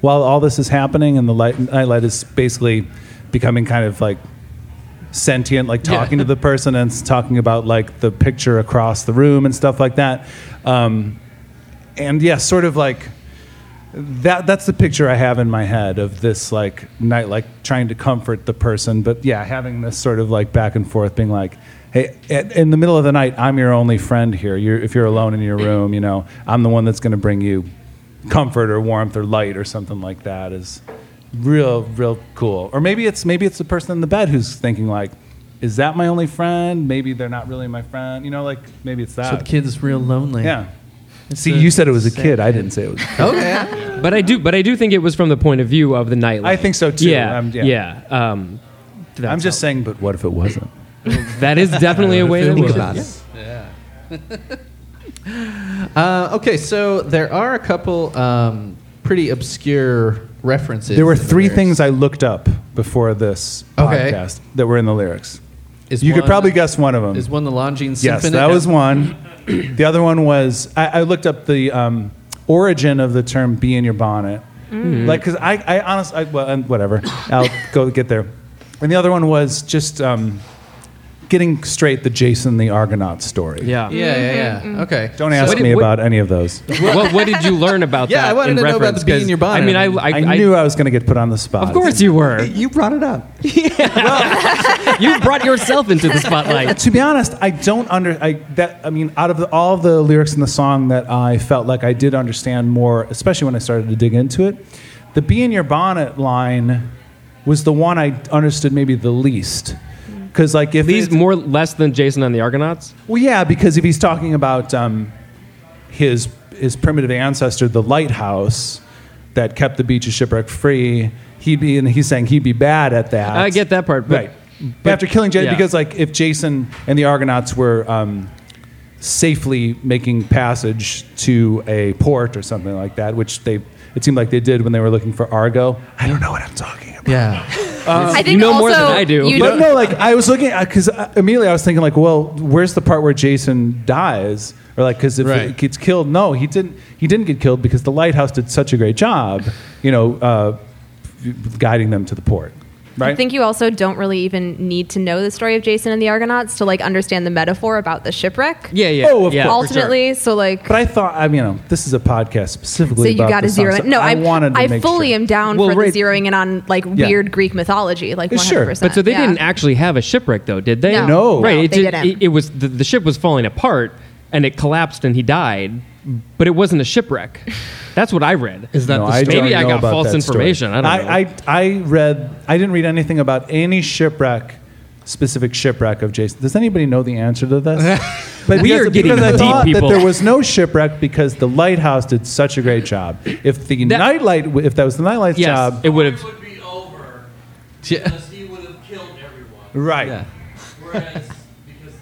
[SPEAKER 7] while all this is happening, and the light, nightlight is basically becoming kind of like sentient, like talking to the person and s- talking about like the picture across the room and stuff like that. Um, and yeah, sort of like that. That's the picture I have in my head of this like night, like trying to comfort the person, but yeah, having this sort of like back and forth, being like. Hey, at, in the middle of the night, I'm your only friend here. You're, if you're alone in your room, you know I'm the one that's going to bring you comfort or warmth or light or something like that. Is real real cool or maybe it's maybe it's the person in the bed who's thinking like is that my only friend maybe they're not really my friend you know like maybe it's
[SPEAKER 5] so
[SPEAKER 7] that
[SPEAKER 5] the kid's real lonely.
[SPEAKER 7] yeah see
[SPEAKER 5] a
[SPEAKER 7] you said it was a
[SPEAKER 5] sad
[SPEAKER 7] kid i didn't say it was a kid.
[SPEAKER 5] Okay.
[SPEAKER 3] But I do. But I do think it was from the point of view of the night.
[SPEAKER 7] i think so too
[SPEAKER 3] Yeah.
[SPEAKER 7] I'm-
[SPEAKER 3] yeah. Um,
[SPEAKER 7] i'm
[SPEAKER 3] that's
[SPEAKER 7] just
[SPEAKER 3] how-
[SPEAKER 7] saying but what if it wasn't
[SPEAKER 3] that is definitely a way to
[SPEAKER 2] Think
[SPEAKER 3] look
[SPEAKER 2] about
[SPEAKER 3] at
[SPEAKER 2] it.
[SPEAKER 3] it.
[SPEAKER 5] Uh, okay. So there are a couple um, pretty obscure references.
[SPEAKER 7] there were
[SPEAKER 5] in the
[SPEAKER 7] three
[SPEAKER 5] lyrics.
[SPEAKER 7] things i looked up before this
[SPEAKER 5] Okay.
[SPEAKER 7] podcast that were in the lyrics
[SPEAKER 5] Is
[SPEAKER 7] you could
[SPEAKER 5] one-
[SPEAKER 7] probably guess one of them
[SPEAKER 5] Is one the Longines
[SPEAKER 7] Yes,
[SPEAKER 5] Symphony?
[SPEAKER 7] that was one. The other one was I, I looked up the um, origin of the term "be in your bonnet,"
[SPEAKER 3] Mm.
[SPEAKER 7] like because I, I honestly, I, well, and whatever. I'll go get there. And the other one was just um, getting straight the Jason the Argonaut story.
[SPEAKER 3] Yeah.
[SPEAKER 5] Yeah, yeah, yeah. Okay.
[SPEAKER 7] Don't ask
[SPEAKER 3] What did-
[SPEAKER 7] me
[SPEAKER 3] what-
[SPEAKER 7] about any of those.
[SPEAKER 3] what, what did you learn about
[SPEAKER 5] Yeah,
[SPEAKER 3] that?
[SPEAKER 5] I wanted
[SPEAKER 3] in
[SPEAKER 5] to know about
[SPEAKER 3] reference?
[SPEAKER 5] the bee in
[SPEAKER 3] 'Cause,
[SPEAKER 5] your bonnet.
[SPEAKER 3] I mean, I, I,
[SPEAKER 7] I, knew I was going to get put on the spot.
[SPEAKER 3] of course you were.
[SPEAKER 2] You brought it up.
[SPEAKER 3] you brought yourself into the
[SPEAKER 7] Uh,
[SPEAKER 3] spotlight.
[SPEAKER 7] to be honest, I don't under I that I mean out of the, all the lyrics in the song that I felt like I did understand more, especially when I started to dig into it. The "be in your bonnet" line was the one I understood maybe the least, because like if
[SPEAKER 3] These
[SPEAKER 7] it's-
[SPEAKER 3] more less than Jason on the Argonauts.
[SPEAKER 7] well, yeah, because if he's talking about um, his his primitive ancestor, the lighthouse that kept the beaches shipwreck free, he'd be and he's saying he'd be bad at that.
[SPEAKER 3] I get that part, but-
[SPEAKER 7] right. after killing Jason,
[SPEAKER 3] yeah.
[SPEAKER 7] because like if Jason and the Argonauts were um, safely making passage to a port or something like that, which they it seemed like they did when they were looking for Argo. I don't know what I'm talking about.
[SPEAKER 5] Yeah.
[SPEAKER 1] I think
[SPEAKER 3] you know
[SPEAKER 1] also
[SPEAKER 3] more than I do.
[SPEAKER 1] you
[SPEAKER 7] But no, like I was looking at because immediately I was thinking like, well, where's the part where Jason dies or like because if
[SPEAKER 5] Right.
[SPEAKER 7] he gets killed? No, he didn't. He didn't get killed because the lighthouse did such a great job, you know, uh, guiding them to the port. Right.
[SPEAKER 1] I think you also don't really even need to know the story of Jason and the Argonauts to like understand the metaphor about the shipwreck.
[SPEAKER 3] Yeah, yeah.
[SPEAKER 7] Oh, of
[SPEAKER 3] yeah,
[SPEAKER 7] course.
[SPEAKER 3] for sure.
[SPEAKER 1] Ultimately, so like,
[SPEAKER 7] but I thought, I mean, you know, this is a podcast
[SPEAKER 1] so
[SPEAKER 7] specifically.
[SPEAKER 1] you
[SPEAKER 7] about
[SPEAKER 1] got to
[SPEAKER 7] this song,
[SPEAKER 1] zero
[SPEAKER 7] so
[SPEAKER 1] in. No, I,
[SPEAKER 7] wanted to
[SPEAKER 1] I
[SPEAKER 7] make
[SPEAKER 1] fully
[SPEAKER 7] sure.
[SPEAKER 1] am down
[SPEAKER 3] Well,
[SPEAKER 1] for
[SPEAKER 3] right.
[SPEAKER 1] the zeroing in on like
[SPEAKER 7] Yeah.
[SPEAKER 1] weird Greek mythology, like
[SPEAKER 7] Yeah,
[SPEAKER 1] 100%.
[SPEAKER 7] sure.
[SPEAKER 3] But so they
[SPEAKER 1] yeah.
[SPEAKER 3] didn't actually have a shipwreck, though, did they?
[SPEAKER 1] No. No.
[SPEAKER 3] Right.
[SPEAKER 1] No,
[SPEAKER 3] it,
[SPEAKER 1] they
[SPEAKER 3] ju-
[SPEAKER 1] didn't.
[SPEAKER 3] It, it was the, the ship was falling apart, and it collapsed, and he died. But it wasn't a shipwreck. That's what I read.
[SPEAKER 2] Is that
[SPEAKER 7] No,
[SPEAKER 2] the
[SPEAKER 7] I
[SPEAKER 2] story?
[SPEAKER 3] Maybe
[SPEAKER 7] don't
[SPEAKER 3] I
[SPEAKER 7] know
[SPEAKER 3] got
[SPEAKER 7] about
[SPEAKER 3] false
[SPEAKER 7] that story.
[SPEAKER 3] information. I don't know.
[SPEAKER 7] I, I read. I didn't read anything about any shipwreck, specific shipwreck of Jason. Does anybody know the answer to this? But
[SPEAKER 3] We
[SPEAKER 7] because-
[SPEAKER 3] are getting
[SPEAKER 7] because I
[SPEAKER 3] deep,
[SPEAKER 7] thought
[SPEAKER 3] people.
[SPEAKER 7] that there was no shipwreck because the lighthouse did such a great job. If the
[SPEAKER 3] That-
[SPEAKER 7] nightlight, w- if that was the nightlight's
[SPEAKER 3] yes,
[SPEAKER 2] uh,
[SPEAKER 7] job,
[SPEAKER 3] it would have.
[SPEAKER 9] would be over
[SPEAKER 5] Yeah.
[SPEAKER 9] because he would have killed everyone.
[SPEAKER 7] right?
[SPEAKER 5] Yeah.
[SPEAKER 9] Whereas because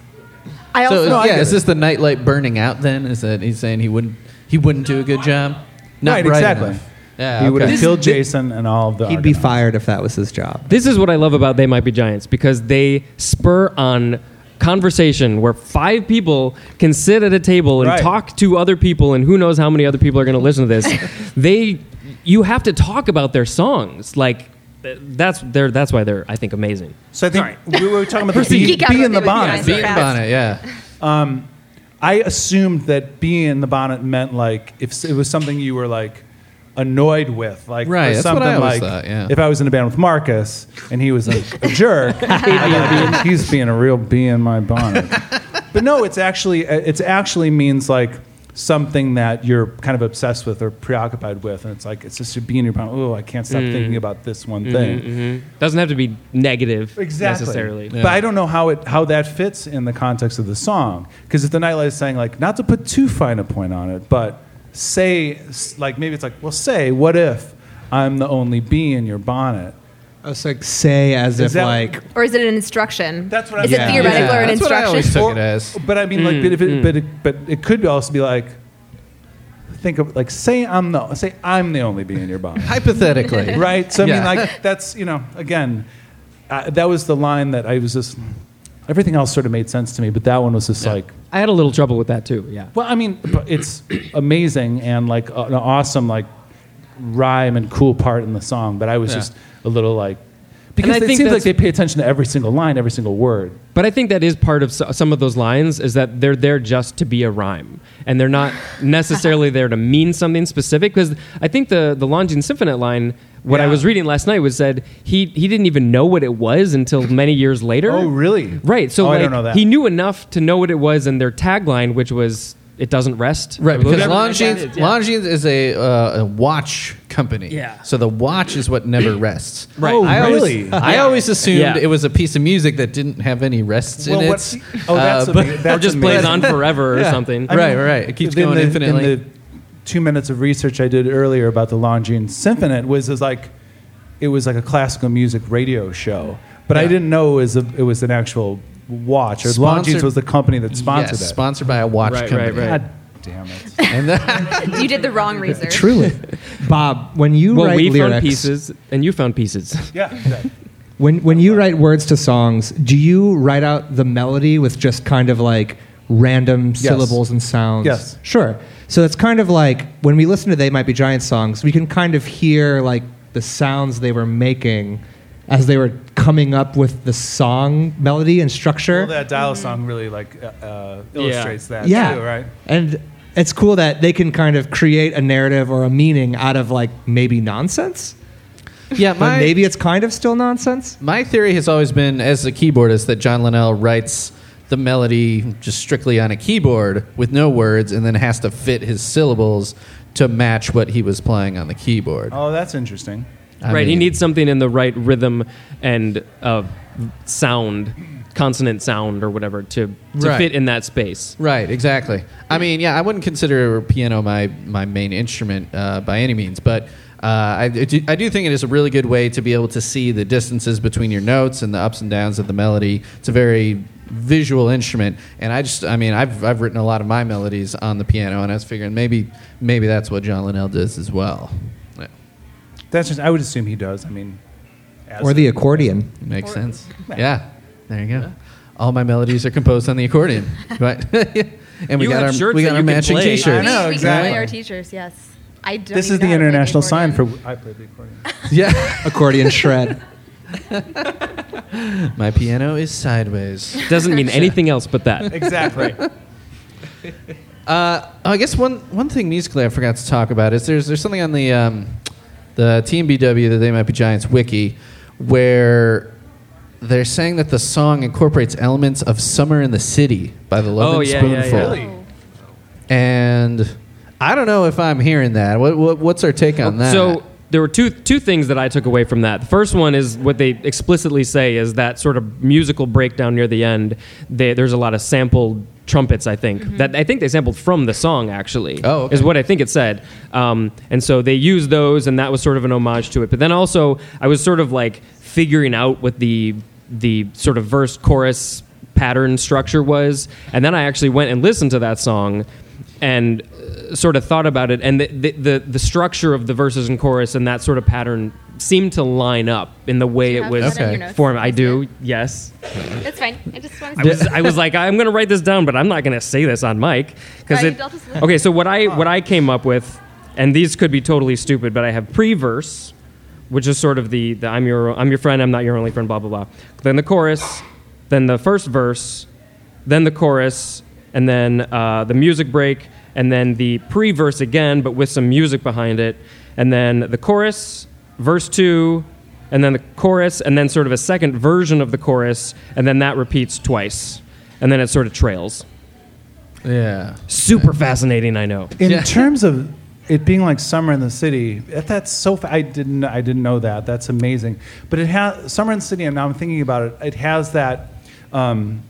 [SPEAKER 1] I
[SPEAKER 5] So
[SPEAKER 1] also,
[SPEAKER 5] is,
[SPEAKER 7] No, I
[SPEAKER 5] yeah,
[SPEAKER 7] get
[SPEAKER 5] is
[SPEAKER 7] it.
[SPEAKER 5] this the nightlight burning out? Then is that he's saying he wouldn't he wouldn't do a good job? Not
[SPEAKER 7] Right,
[SPEAKER 5] bright
[SPEAKER 7] exactly.
[SPEAKER 5] enough. Yeah,
[SPEAKER 7] he would
[SPEAKER 5] okay.
[SPEAKER 7] have killed Jason and all of the.
[SPEAKER 2] He'd be
[SPEAKER 7] Argonauts.
[SPEAKER 2] fired if that was his job.
[SPEAKER 3] This is what I love about They Might Be Giants because they spur on conversation where five people can sit at a table and
[SPEAKER 7] Right.
[SPEAKER 3] talk to other people and who knows how many other people are going to listen to this. they you have to talk about their songs. Like th- that's they're that's why they're I think amazing.
[SPEAKER 7] So I think we were talking about the
[SPEAKER 1] Geek
[SPEAKER 7] bee,
[SPEAKER 1] out about
[SPEAKER 7] bee in the
[SPEAKER 1] David Bowie.
[SPEAKER 7] bonnet.
[SPEAKER 1] Be-
[SPEAKER 5] Bean
[SPEAKER 1] Fast.
[SPEAKER 5] bonnet, yeah.
[SPEAKER 7] I assumed that being in the bonnet meant like if s- it was something you were like annoyed with, like
[SPEAKER 5] Right,
[SPEAKER 7] or
[SPEAKER 5] that's what
[SPEAKER 7] something
[SPEAKER 5] I
[SPEAKER 7] like
[SPEAKER 5] always thought, yeah.
[SPEAKER 7] if I was in a band with Marcus and he was a, a jerk, I'd be- he's being a real bee in my bonnet. but no, it's actually it's actually means like something that you're kind of obsessed with or preoccupied with, and it's like it's just a bee in your bonnet. Oh, I can't stop
[SPEAKER 5] Mm.
[SPEAKER 7] thinking about this one thing.
[SPEAKER 5] Mm-hmm,
[SPEAKER 3] Doesn't have to be negative
[SPEAKER 7] Exactly.
[SPEAKER 3] necessarily.
[SPEAKER 7] But I don't know how it how that fits in the context of the song. Because if the nightlight is saying like not to put too fine a point on it, but say s- like maybe it's like well say what if I'm the only bee in your bonnet?
[SPEAKER 2] Oh, so like say
[SPEAKER 7] Is
[SPEAKER 2] as if
[SPEAKER 7] that-
[SPEAKER 2] like
[SPEAKER 1] Or is it an instruction?
[SPEAKER 7] That's what I
[SPEAKER 1] Is
[SPEAKER 7] mean.
[SPEAKER 1] it theoretical
[SPEAKER 5] Yeah.
[SPEAKER 1] or an
[SPEAKER 5] That's what I
[SPEAKER 1] instruction?
[SPEAKER 5] always took it as.
[SPEAKER 7] But I mean, like, but, if it, but, it, but it could also be like, think of like, say I'm the say I'm the only bee in your body,
[SPEAKER 5] Hypothetically.
[SPEAKER 7] right? So I
[SPEAKER 5] Yeah.
[SPEAKER 7] mean, like, that's you know, again, uh, that was the line that I was just. Everything else sort of made sense to me, but that one was just like,
[SPEAKER 3] I had a little trouble with that too. Yeah.
[SPEAKER 7] well, I mean, but it's amazing and like a- an awesome like rhyme and cool part in the song, but I was
[SPEAKER 5] Yeah.
[SPEAKER 7] just a little like. Because
[SPEAKER 3] I
[SPEAKER 7] it
[SPEAKER 3] think
[SPEAKER 7] seems like
[SPEAKER 3] that's-
[SPEAKER 7] they pay attention to every single line, every single word.
[SPEAKER 3] But I think that is part of so- some of those lines is that they're there just to be a rhyme, and they're not necessarily there to mean something specific. Because I think the the Longines Symphonette line, what I
[SPEAKER 7] Yeah.
[SPEAKER 3] was reading last night was said he he didn't even know what it was until many years later.
[SPEAKER 7] Oh, really?
[SPEAKER 3] Right. So
[SPEAKER 7] Oh, I
[SPEAKER 3] like,
[SPEAKER 7] don't know that.
[SPEAKER 3] he knew enough to know what it was, and their tagline, which was "It doesn't rest."
[SPEAKER 5] Right,
[SPEAKER 3] Or
[SPEAKER 5] because
[SPEAKER 3] whatever.
[SPEAKER 5] Longines, Longines is a, uh, a watch company.
[SPEAKER 3] Yeah.
[SPEAKER 5] So the watch is what never rests.
[SPEAKER 7] Right. Oh,
[SPEAKER 5] I
[SPEAKER 7] really?
[SPEAKER 5] Always, I always assumed
[SPEAKER 3] Yeah.
[SPEAKER 5] it was a piece of music that didn't have any rests
[SPEAKER 7] Well,
[SPEAKER 5] in
[SPEAKER 7] what's-
[SPEAKER 5] it.
[SPEAKER 7] oh, that's
[SPEAKER 5] Uh,
[SPEAKER 7] ama-
[SPEAKER 5] but-
[SPEAKER 7] that's
[SPEAKER 3] or just plays
[SPEAKER 7] amazing.
[SPEAKER 3] on forever or something.
[SPEAKER 5] I- Right, right. It keeps
[SPEAKER 7] in
[SPEAKER 5] going infinitely.
[SPEAKER 7] In the two minutes of research I did earlier about the Longines Symphonette was is like, it was like a classical music radio show, but I
[SPEAKER 5] Yeah.
[SPEAKER 7] didn't know it was, a, it was an actual watch. Or Longines
[SPEAKER 5] Sponsored-
[SPEAKER 7] was the company that sponsored
[SPEAKER 5] yes,
[SPEAKER 7] it.
[SPEAKER 5] sponsored by a watch
[SPEAKER 3] Right,
[SPEAKER 5] company.
[SPEAKER 3] right, right.
[SPEAKER 7] God damn it!
[SPEAKER 5] And that,
[SPEAKER 1] You did the wrong research.
[SPEAKER 2] truly, Bob. When you
[SPEAKER 3] Well,
[SPEAKER 2] write
[SPEAKER 3] we
[SPEAKER 2] lyrics,
[SPEAKER 3] found pieces, and you found pieces.
[SPEAKER 7] yeah, exactly.
[SPEAKER 2] When when you write words to songs, do you write out the melody with just kind of like random syllables and sounds?
[SPEAKER 7] Yes.
[SPEAKER 2] Sure. So it's kind of like when we listen to They Might Be Giants songs, we can kind of hear like the sounds they were making as they were coming up with the song melody and structure.
[SPEAKER 7] well, that dial song really like uh, uh, illustrates that
[SPEAKER 2] yeah.
[SPEAKER 7] too, right?
[SPEAKER 2] And it's cool that they can kind of create a narrative or a meaning out of like maybe nonsense.
[SPEAKER 5] yeah,
[SPEAKER 2] But
[SPEAKER 5] my,
[SPEAKER 2] maybe it's kind of still nonsense.
[SPEAKER 5] my theory has always been, as a keyboardist, that John Linnell writes the melody just strictly on a keyboard with no words and then has to fit his syllables to match what he was playing on the keyboard.
[SPEAKER 7] Oh, that's interesting.
[SPEAKER 5] I
[SPEAKER 3] right, he
[SPEAKER 5] mean-
[SPEAKER 3] needs something in the right rhythm and uh, sound, consonant sound or whatever to, to
[SPEAKER 5] Right.
[SPEAKER 3] fit in that space.
[SPEAKER 5] Right, exactly. I mean, yeah, I wouldn't consider piano my, my main instrument uh, by any means, but uh, I, do, I do think it is a really good way to be able to see the distances between your notes and the ups and downs of the melody. It's a very visual instrument, and I just, I mean, I've, I've written a lot of my melodies on the piano, and I was figuring maybe maybe that's what John Linnell does as well. Yeah,
[SPEAKER 7] That's just. I would assume he does. I mean, as
[SPEAKER 2] Or the accordion.
[SPEAKER 5] makes sense. Yeah, there you go. All my melodies are composed on the accordion, right? and we
[SPEAKER 3] You
[SPEAKER 5] got
[SPEAKER 3] have
[SPEAKER 5] our
[SPEAKER 3] shirts
[SPEAKER 5] we
[SPEAKER 3] that
[SPEAKER 5] got our
[SPEAKER 3] you can
[SPEAKER 5] matching
[SPEAKER 3] play. I
[SPEAKER 5] T-shirts.
[SPEAKER 1] We,
[SPEAKER 7] I know,
[SPEAKER 1] we
[SPEAKER 7] exactly.
[SPEAKER 1] can play our teachers, yes. I don't
[SPEAKER 7] this is
[SPEAKER 1] even know how
[SPEAKER 7] the
[SPEAKER 1] to play
[SPEAKER 7] international sign
[SPEAKER 1] accordion.
[SPEAKER 7] for. I played the accordion.
[SPEAKER 5] Yeah.
[SPEAKER 2] Accordion shred.
[SPEAKER 5] My piano is sideways.
[SPEAKER 3] Doesn't mean anything else but that.
[SPEAKER 7] exactly.
[SPEAKER 5] Uh, I guess one one thing musically I forgot to talk about is there's there's something on the um, the TMBW that they might be Giants wiki where they're saying that the song incorporates elements of "Summer in the City" by the Lovin'
[SPEAKER 3] Oh, yeah, yeah, yeah.
[SPEAKER 5] Spoonful,
[SPEAKER 7] Really?
[SPEAKER 5] and I don't know if I'm hearing that. What, what what's our take on that?
[SPEAKER 3] So there were two two things that I took away from that. The first one is what they explicitly say is that sort of musical breakdown near the end. They, there's a lot of sampled trumpets, I think. That I think they sampled from the song actually.
[SPEAKER 5] Oh, okay.
[SPEAKER 3] is what I think it said. Um, and so they used those, and that was sort of an homage to it. But then also, I was sort of like figuring out what the the sort of verse chorus pattern structure was, and then I actually went and listened to that song, and uh, sort of thought about it, and the the, the the structure of the verses and chorus and that sort of pattern seemed to line up in the way
[SPEAKER 1] you
[SPEAKER 3] it
[SPEAKER 1] have
[SPEAKER 3] was
[SPEAKER 1] that
[SPEAKER 5] in your
[SPEAKER 3] formed.
[SPEAKER 1] notes?
[SPEAKER 3] I do, yes.
[SPEAKER 1] That's fine. I just want
[SPEAKER 3] I
[SPEAKER 1] to
[SPEAKER 3] was, I was like, I'm going to write this down, but I'm not going to say this on mic because
[SPEAKER 1] Right,
[SPEAKER 3] it.
[SPEAKER 1] they'll just listen.
[SPEAKER 3] Okay, so what I what I came up with, and these could be totally stupid, but I have pre-verse, which is sort of the the I'm your I'm your friend, I'm not your only friend, blah blah blah. Then the chorus, then the first verse, then the chorus, and then uh, the music break, and then the pre-verse again, but with some music behind it, and then the chorus, verse two. And then the chorus, and then sort of a second version of the chorus, and then that repeats twice, and then it sort of trails.
[SPEAKER 5] yeah,
[SPEAKER 3] Super fascinating, I know.
[SPEAKER 7] In
[SPEAKER 5] Yeah.
[SPEAKER 7] terms of it being like summer in the city, that- that's so. Fa- I didn't. I didn't know that. That's amazing. But it has summer in the city, and now I'm thinking about it. It has that um,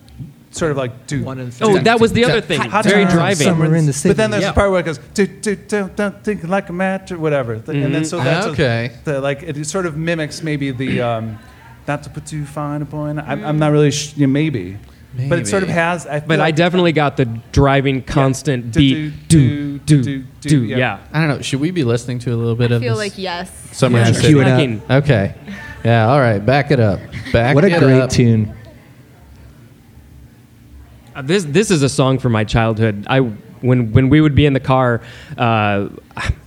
[SPEAKER 7] sort of like do.
[SPEAKER 2] One and three.
[SPEAKER 3] Oh, that was the other thing.
[SPEAKER 7] Hot
[SPEAKER 3] Very
[SPEAKER 7] Tub
[SPEAKER 3] driving.
[SPEAKER 2] Summer. in the
[SPEAKER 7] But then there's
[SPEAKER 3] Yeah.
[SPEAKER 7] a part where it goes do do do don't think like a match or whatever, and then so that's a-
[SPEAKER 5] Mm-hmm. Okay.
[SPEAKER 7] the, like it sort of mimics maybe the um, not to put too fine a point. I'm, I'm not really sh- yeah, maybe. but it sort of
[SPEAKER 5] Maybe.
[SPEAKER 7] has. I feel
[SPEAKER 3] But I
[SPEAKER 7] like-
[SPEAKER 3] definitely got the driving constant
[SPEAKER 7] Do,
[SPEAKER 3] beat. Do,
[SPEAKER 7] do, do,
[SPEAKER 3] do,
[SPEAKER 7] do,
[SPEAKER 3] do.
[SPEAKER 7] yeah.
[SPEAKER 3] Yeah.
[SPEAKER 5] I don't know. Should we be listening to a little bit
[SPEAKER 1] I
[SPEAKER 5] of
[SPEAKER 1] feel
[SPEAKER 5] this
[SPEAKER 1] like yes.
[SPEAKER 5] summer
[SPEAKER 2] Yeah,
[SPEAKER 5] Entertainment?
[SPEAKER 2] cue it up.
[SPEAKER 3] Fucking-
[SPEAKER 5] Okay. Yeah. All right. Back it up. Back.
[SPEAKER 2] What a
[SPEAKER 5] it
[SPEAKER 2] great
[SPEAKER 5] up.
[SPEAKER 2] tune.
[SPEAKER 3] Uh, This this is a song from my childhood. I when when we would be in the car, uh,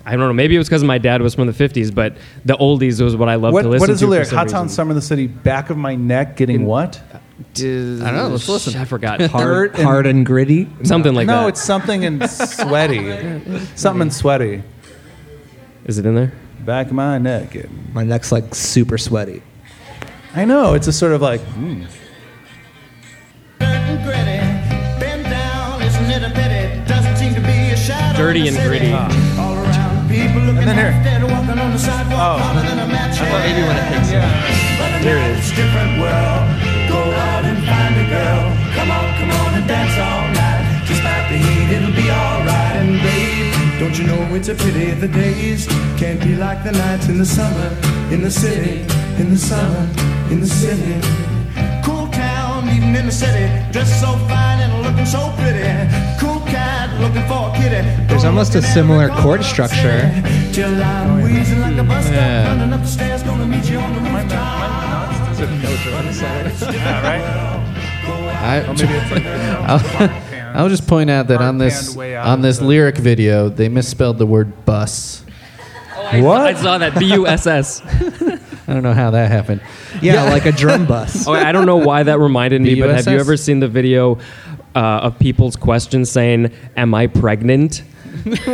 [SPEAKER 3] I don't know. Maybe it was because my dad was from the '50s, but the oldies was what I loved
[SPEAKER 7] What,
[SPEAKER 3] to listen
[SPEAKER 7] what is
[SPEAKER 3] to.
[SPEAKER 7] the
[SPEAKER 3] for
[SPEAKER 7] lyric?
[SPEAKER 3] some
[SPEAKER 7] Hot town
[SPEAKER 3] reason.
[SPEAKER 7] summer in the city, back of my neck, getting what?
[SPEAKER 5] I don't know. Let's listen.
[SPEAKER 3] I forgot.
[SPEAKER 2] Hard,
[SPEAKER 7] Dirt and-
[SPEAKER 2] hard and gritty.
[SPEAKER 3] Something like
[SPEAKER 7] no,
[SPEAKER 3] that.
[SPEAKER 7] it's something and sweaty. something and sweaty.
[SPEAKER 3] Is it in there?
[SPEAKER 7] Back of my neck. It-
[SPEAKER 2] My neck's like super sweaty.
[SPEAKER 7] I know. It's a sort of like. mm.
[SPEAKER 3] Dirty and gritty.
[SPEAKER 7] And then here. Oh.
[SPEAKER 10] Cool town, even in the city, dressed so fine and looking so pretty. Cool cat, looking for a kitty.
[SPEAKER 2] There's almost a similar chord structure.
[SPEAKER 10] Till I'm wheezing like a bus stop,
[SPEAKER 5] Yeah.
[SPEAKER 10] running up the stairs, gonna meet you on the rooftop.
[SPEAKER 5] I,
[SPEAKER 3] Oh,
[SPEAKER 7] oh
[SPEAKER 5] I'll, I'll just point out that on this
[SPEAKER 7] Hard-panned way out
[SPEAKER 5] on
[SPEAKER 7] of
[SPEAKER 5] this
[SPEAKER 7] the-
[SPEAKER 5] lyric video, they misspelled the word bus.
[SPEAKER 3] I saw that. B U S S.
[SPEAKER 5] I don't know how that happened.
[SPEAKER 2] Yeah, like a drum bus.
[SPEAKER 3] Oh, I don't know why that reminded me, but have you
[SPEAKER 5] BUSS?
[SPEAKER 3] ever seen the video uh, of people's questions saying, "Am I pregnant"?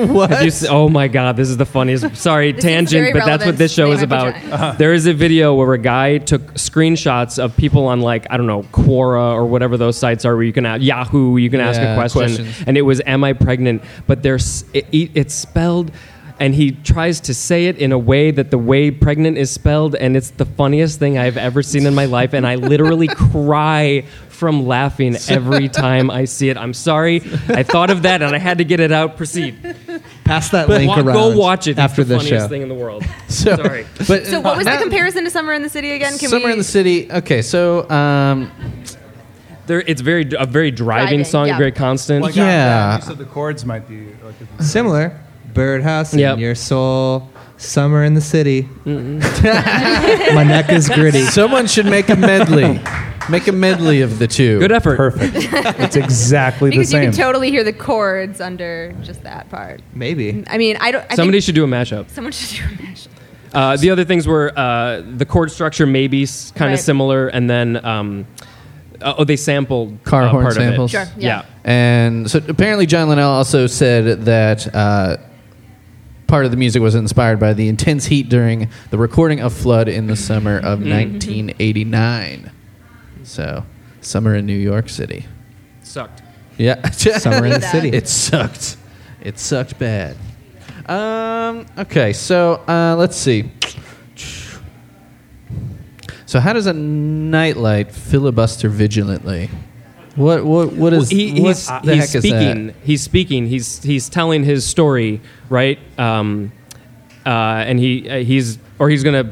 [SPEAKER 5] What?
[SPEAKER 3] Have you se- oh my god, this is the funniest. Sorry,
[SPEAKER 1] is
[SPEAKER 3] tangent,
[SPEAKER 1] very
[SPEAKER 3] but that's
[SPEAKER 1] relevant
[SPEAKER 3] what this
[SPEAKER 1] to
[SPEAKER 3] show
[SPEAKER 1] Name
[SPEAKER 3] is
[SPEAKER 1] of the
[SPEAKER 3] about.
[SPEAKER 1] Giant.
[SPEAKER 3] There is a video where a guy took screenshots of people on like I don't know Quora or whatever those sites are where you can a- Yahoo, you can ask a
[SPEAKER 5] Yeah,
[SPEAKER 3] question,
[SPEAKER 5] questions.
[SPEAKER 3] and it was "Am I pregnant?" But there's it, it- it's spelled. And he tries to say it in a way that the way pregnant is spelled, and it's the funniest thing I've ever seen in my life. And I literally cry from laughing every time I see it. I'm sorry. I thought of that and I had to get it out. Proceed.
[SPEAKER 2] Pass that link
[SPEAKER 3] Wa-
[SPEAKER 2] around.
[SPEAKER 3] Go watch it.
[SPEAKER 2] after
[SPEAKER 3] it's the,
[SPEAKER 2] this
[SPEAKER 3] funniest
[SPEAKER 2] show.
[SPEAKER 3] thing in the world.
[SPEAKER 5] So,
[SPEAKER 3] Sorry.
[SPEAKER 5] But
[SPEAKER 1] So what was the
[SPEAKER 5] now-
[SPEAKER 1] comparison to Summer in the City again? Can
[SPEAKER 5] Summer
[SPEAKER 1] we,
[SPEAKER 5] in the City. Okay, so um,
[SPEAKER 3] There, it's very a very driving,
[SPEAKER 1] Driving,
[SPEAKER 3] song,
[SPEAKER 1] yeah.
[SPEAKER 3] very constant.
[SPEAKER 7] Like,
[SPEAKER 5] Yeah.
[SPEAKER 7] You said the chords might be like. a-
[SPEAKER 2] Similar. Birdhouse in
[SPEAKER 3] Yep.
[SPEAKER 2] your soul. Summer in the city. My neck is gritty.
[SPEAKER 5] someone should make a medley. Make a medley of the two.
[SPEAKER 3] Good effort.
[SPEAKER 7] Perfect. it's exactly the
[SPEAKER 1] Because you
[SPEAKER 7] same.
[SPEAKER 1] can totally hear the chords under just that part.
[SPEAKER 2] Maybe.
[SPEAKER 1] I mean, I don't. I
[SPEAKER 3] Somebody
[SPEAKER 1] think
[SPEAKER 3] should do a mashup.
[SPEAKER 1] someone should do a mashup.
[SPEAKER 3] Uh, the other things were uh, the chord structure maybe kind of
[SPEAKER 1] Right.
[SPEAKER 3] similar, and then um, uh, oh they sampled
[SPEAKER 5] Car
[SPEAKER 3] uh,
[SPEAKER 5] horn
[SPEAKER 3] part
[SPEAKER 5] samples.
[SPEAKER 3] Of
[SPEAKER 1] Sure,
[SPEAKER 3] it.
[SPEAKER 1] yeah.
[SPEAKER 5] And so apparently, John Linnell also said that uh, part of the music was inspired by the intense heat during the recording of Flood in the summer of 1989. So, summer in New York City.
[SPEAKER 3] sucked.
[SPEAKER 5] Yeah.
[SPEAKER 2] Summer in the
[SPEAKER 1] that.
[SPEAKER 2] city.
[SPEAKER 5] It sucked. It sucked bad. Um, okay, so uh, let's see. So, how does a nightlight filibuster vigilantly? What what what is
[SPEAKER 3] he,
[SPEAKER 5] what
[SPEAKER 3] he's,
[SPEAKER 5] the
[SPEAKER 3] he's
[SPEAKER 5] heck is that?
[SPEAKER 3] speaking. He's speaking. He's he's telling his story, right? Um, uh, and he uh, he's or he's gonna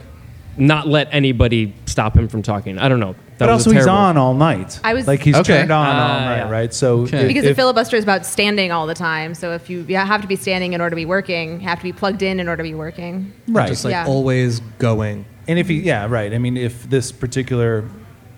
[SPEAKER 3] not let anybody stop him from talking. I don't know. That
[SPEAKER 7] but
[SPEAKER 3] was a
[SPEAKER 7] also, he's
[SPEAKER 3] terrible-
[SPEAKER 7] on all night.
[SPEAKER 1] I was-
[SPEAKER 7] like he's
[SPEAKER 5] Okay.
[SPEAKER 7] turned on all
[SPEAKER 3] Ah,
[SPEAKER 7] night,
[SPEAKER 3] yeah.
[SPEAKER 7] right? So
[SPEAKER 5] Okay.
[SPEAKER 7] if-
[SPEAKER 1] Because
[SPEAKER 7] if,
[SPEAKER 1] a filibuster is about standing all the time. So if you, you have to be standing in order to be working, have to be plugged in in order to be working.
[SPEAKER 7] right,
[SPEAKER 2] Just like
[SPEAKER 1] Yeah.
[SPEAKER 2] always going.
[SPEAKER 7] and if he, yeah, right. I mean, if this particular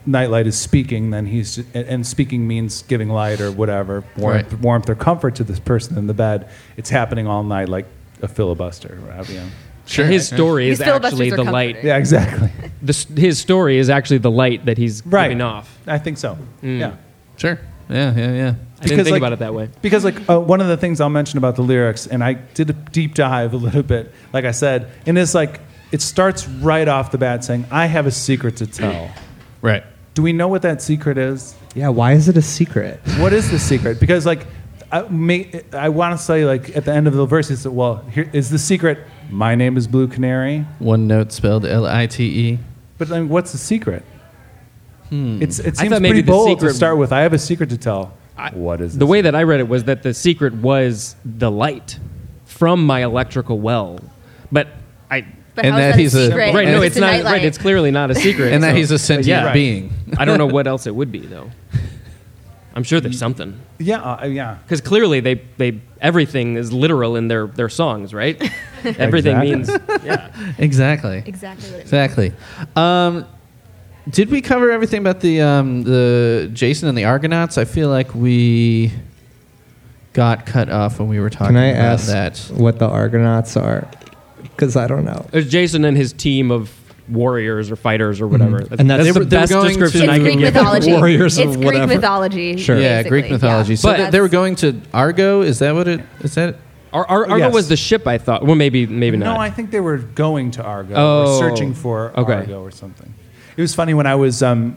[SPEAKER 7] nightlight is speaking, then he's and- and speaking means giving light or whatever warmth,
[SPEAKER 5] Right.
[SPEAKER 7] warmth or comfort to this person in the bed. It's happening all night, like a filibuster. right? You know.
[SPEAKER 5] Sure.
[SPEAKER 3] His story
[SPEAKER 1] These
[SPEAKER 3] is
[SPEAKER 1] filibusters
[SPEAKER 3] actually
[SPEAKER 1] are
[SPEAKER 3] the light.
[SPEAKER 1] comforting.
[SPEAKER 7] Yeah, exactly.
[SPEAKER 3] The, s- his story is actually the light that he's
[SPEAKER 7] Right.
[SPEAKER 3] giving off.
[SPEAKER 7] I think so. Yeah.
[SPEAKER 5] Sure. Yeah, yeah, yeah.
[SPEAKER 3] I didn't think
[SPEAKER 7] like-
[SPEAKER 3] about it that way.
[SPEAKER 7] Because like uh, one of the things I'll mention about the lyrics, and I did a deep dive a little bit, like I said, and it's like it starts right off the bat saying, "I have a secret to tell."
[SPEAKER 5] Right.
[SPEAKER 7] Do we know what that secret is?
[SPEAKER 2] Yeah, why is it a secret?
[SPEAKER 7] What is the secret? Because like I, may, I want to say like at the end of the verse, it's well, here is the secret. My name is Blue Canary,
[SPEAKER 5] One note spelled L I T E.
[SPEAKER 7] but I mean, what's the secret? It's, it
[SPEAKER 3] Hmm. I
[SPEAKER 7] seems
[SPEAKER 3] thought maybe
[SPEAKER 7] pretty
[SPEAKER 3] the
[SPEAKER 7] bold to
[SPEAKER 3] secret-
[SPEAKER 7] start with. I have a secret to tell. what is
[SPEAKER 3] The way that I read it was that the secret was the light from my electrical well, but I.
[SPEAKER 1] But And how is that that a he's a- secret?
[SPEAKER 3] right. No,
[SPEAKER 1] It's
[SPEAKER 3] it's,
[SPEAKER 1] a
[SPEAKER 3] not
[SPEAKER 1] nightlight.
[SPEAKER 3] right. It's clearly not a secret.
[SPEAKER 5] And that
[SPEAKER 3] so-
[SPEAKER 5] he's a
[SPEAKER 3] but
[SPEAKER 5] sentient
[SPEAKER 3] yeah.
[SPEAKER 5] being.
[SPEAKER 3] I don't know what else it would be though. I'm sure there's something
[SPEAKER 7] Yeah, uh, yeah.
[SPEAKER 3] because clearly they they everything is literal in their their songs, right? everything
[SPEAKER 5] Exactly.
[SPEAKER 3] means yeah.
[SPEAKER 5] Exactly.
[SPEAKER 1] Exactly what it
[SPEAKER 5] Exactly. Um, did we cover everything about the um, the Jason and the Argonauts? I feel like we got cut off when we were talking
[SPEAKER 2] Can I
[SPEAKER 5] about
[SPEAKER 2] ask
[SPEAKER 5] that.
[SPEAKER 2] what the Argonauts are? Because I don't know.
[SPEAKER 3] There's Jason and his team of warriors or fighters or whatever.
[SPEAKER 5] Mm-hmm.
[SPEAKER 2] Mhm. And that's-
[SPEAKER 3] the
[SPEAKER 2] They were- they were
[SPEAKER 3] best
[SPEAKER 5] going
[SPEAKER 3] description
[SPEAKER 5] to-
[SPEAKER 3] I
[SPEAKER 1] It's
[SPEAKER 3] can
[SPEAKER 1] Greek
[SPEAKER 3] give.
[SPEAKER 1] mythology.
[SPEAKER 2] warriors
[SPEAKER 1] it's
[SPEAKER 2] or
[SPEAKER 1] Greek
[SPEAKER 2] whatever.
[SPEAKER 1] mythology.
[SPEAKER 2] Sure.
[SPEAKER 5] Yeah,
[SPEAKER 1] basically.
[SPEAKER 5] Greek mythology.
[SPEAKER 1] Yeah.
[SPEAKER 5] So
[SPEAKER 3] But-
[SPEAKER 5] th- they were going to Argo. Is that what it is? That
[SPEAKER 3] Ar- Ar- Argo
[SPEAKER 7] Yes.
[SPEAKER 3] was the ship I thought. Well, maybe maybe
[SPEAKER 7] No,
[SPEAKER 3] not.
[SPEAKER 7] I think they were going to Argo
[SPEAKER 3] Oh,
[SPEAKER 7] or searching for
[SPEAKER 3] okay.
[SPEAKER 7] Argo or something. It was funny when I was um,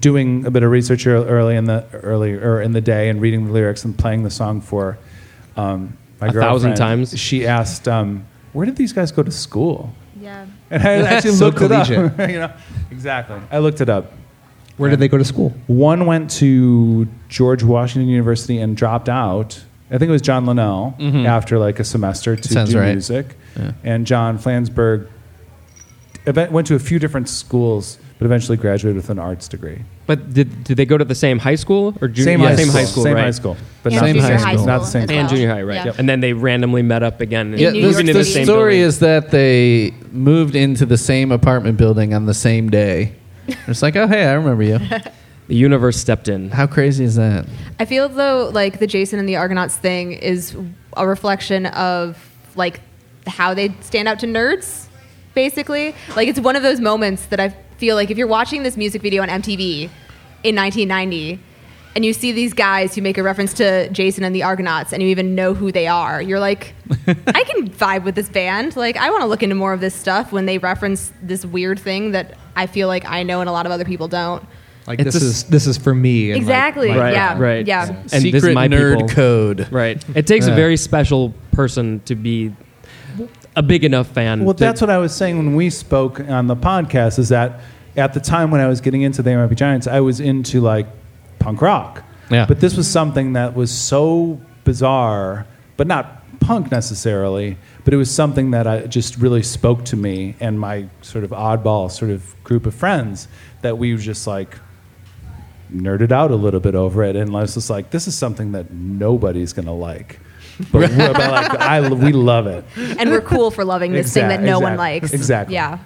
[SPEAKER 7] doing a bit of research ear- early in the early or in the day and reading the lyrics and playing the song for um, my
[SPEAKER 3] A thousand
[SPEAKER 7] girlfriend,
[SPEAKER 3] times.
[SPEAKER 7] She asked, um, "Where did these guys go to school?"
[SPEAKER 1] Yeah.
[SPEAKER 7] And I actually
[SPEAKER 2] So
[SPEAKER 7] looked it up.
[SPEAKER 2] collegiate.
[SPEAKER 7] you know, exactly. I looked it up.
[SPEAKER 2] Where did they go to school?
[SPEAKER 7] One went to George Washington University and dropped out. I think it was John Linnell after like a semester to
[SPEAKER 5] Sounds
[SPEAKER 7] do
[SPEAKER 5] right.
[SPEAKER 7] music.
[SPEAKER 5] Yeah.
[SPEAKER 7] And John Flansburgh event- went to a few different schools, but eventually graduated with an arts degree.
[SPEAKER 3] But did, did they go to the same high school or junior
[SPEAKER 7] Same,
[SPEAKER 3] yeah,
[SPEAKER 7] high,
[SPEAKER 3] same
[SPEAKER 7] school.
[SPEAKER 3] high school?
[SPEAKER 7] Same
[SPEAKER 3] right?
[SPEAKER 7] high school. But
[SPEAKER 1] Yeah,
[SPEAKER 7] not, the
[SPEAKER 5] junior
[SPEAKER 7] same
[SPEAKER 5] high
[SPEAKER 7] school. not the
[SPEAKER 1] school
[SPEAKER 7] same
[SPEAKER 1] as
[SPEAKER 7] school.
[SPEAKER 3] and
[SPEAKER 1] well.
[SPEAKER 3] junior high, right?
[SPEAKER 1] Yeah.
[SPEAKER 3] And then they randomly met up again.
[SPEAKER 1] Yeah, New
[SPEAKER 5] the,
[SPEAKER 1] York
[SPEAKER 3] moving to
[SPEAKER 5] the
[SPEAKER 3] the
[SPEAKER 5] story
[SPEAKER 3] same building.
[SPEAKER 5] is that they moved into the same apartment building on the same day. It's like, oh hey, I remember you.
[SPEAKER 3] the universe stepped in.
[SPEAKER 5] How crazy is that?
[SPEAKER 1] I feel though like the Jason and the Argonauts thing is a reflection of like how they stand out to nerds, basically. Like it's one of those moments that I feel like if you're watching this music video on MTV in 1990 and you see these guys who make a reference to Jason and the Argonauts and you even know who they are, you're like, I can vibe with this band. Like I want to look into more of this stuff when they reference this weird thing that I feel like I know and a lot of other people don't.
[SPEAKER 2] Like
[SPEAKER 3] It's
[SPEAKER 2] this
[SPEAKER 3] a s-
[SPEAKER 2] is this is for me. and, like,
[SPEAKER 1] Exactly.
[SPEAKER 2] my-
[SPEAKER 3] Right,
[SPEAKER 1] yeah.
[SPEAKER 3] right.
[SPEAKER 1] Yeah.
[SPEAKER 3] And
[SPEAKER 5] Secret
[SPEAKER 3] this is my
[SPEAKER 5] nerd
[SPEAKER 3] people.
[SPEAKER 5] code.
[SPEAKER 3] Right. It takes
[SPEAKER 5] Yeah.
[SPEAKER 3] a very special person to be a big enough fan.
[SPEAKER 7] Well,
[SPEAKER 3] to-
[SPEAKER 7] that's what I was saying when we spoke on the podcast. Is that at the time when I was getting into the MIP Giants, I was into like punk rock.
[SPEAKER 5] Yeah.
[SPEAKER 7] But this was something that was so bizarre, but not punk necessarily. But it was something that I just really spoke to me and my sort of oddball sort of group of friends that we were just like nerded out a little bit over it, and I was just like, this is something that nobody's gonna like. But, we're, but like, I, we love it.
[SPEAKER 1] and we're cool for loving this thing that
[SPEAKER 7] Exact-
[SPEAKER 1] no one
[SPEAKER 7] exact-
[SPEAKER 1] likes.
[SPEAKER 7] exactly.
[SPEAKER 1] Yeah.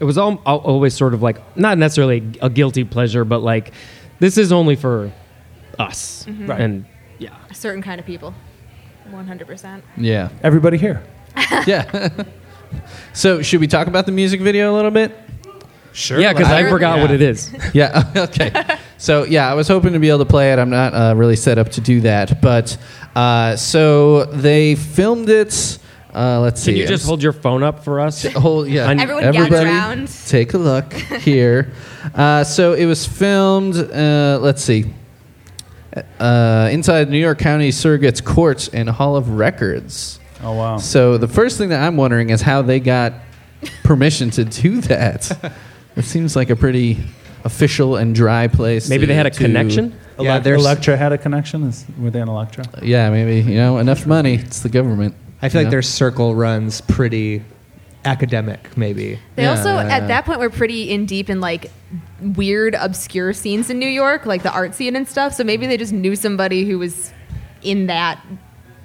[SPEAKER 3] it was al- al- always sort of like not necessarily a guilty pleasure, but like this is only for us.
[SPEAKER 7] Right.
[SPEAKER 3] And yeah,
[SPEAKER 1] A certain kind of people. 100%.
[SPEAKER 5] Yeah.
[SPEAKER 7] Everybody here.
[SPEAKER 5] Yeah. so should we talk about the music video a little bit?
[SPEAKER 7] Sure.
[SPEAKER 3] yeah, because I
[SPEAKER 1] Sure.
[SPEAKER 3] forgot what
[SPEAKER 1] Yeah.
[SPEAKER 3] it is.
[SPEAKER 5] Yeah. Okay. so yeah, I was hoping to be able to play it. I'm not uh, really set up to do that, but uh, so they filmed it. Uh, let's see.
[SPEAKER 3] Can you just hold your phone up for us?
[SPEAKER 5] Whole, yeah.
[SPEAKER 3] On-
[SPEAKER 1] Everyone gather around.
[SPEAKER 5] Take a look here. uh, so it was filmed. Uh, let's see. Uh, inside New York County Surrogates Courts and Hall of Records.
[SPEAKER 7] Oh wow.
[SPEAKER 5] So the first thing that I'm wondering is how they got permission to do that. it seems like a pretty official and dry place.
[SPEAKER 3] Maybe
[SPEAKER 5] to-
[SPEAKER 3] they had a
[SPEAKER 5] to-
[SPEAKER 3] connection.
[SPEAKER 2] Yeah,
[SPEAKER 7] Elec-
[SPEAKER 2] there's-
[SPEAKER 7] Electra had a connection. Is, were they on Electra?
[SPEAKER 5] Yeah, maybe you know enough money. It's the government.
[SPEAKER 2] I feel
[SPEAKER 5] you
[SPEAKER 2] like
[SPEAKER 5] know?
[SPEAKER 2] their circle runs pretty academic, maybe.
[SPEAKER 1] They
[SPEAKER 5] Yeah,
[SPEAKER 1] also,
[SPEAKER 5] yeah, yeah.
[SPEAKER 1] at that point, were pretty in deep in like weird, obscure scenes in New York, like the art scene and stuff. So maybe they just knew somebody who was in that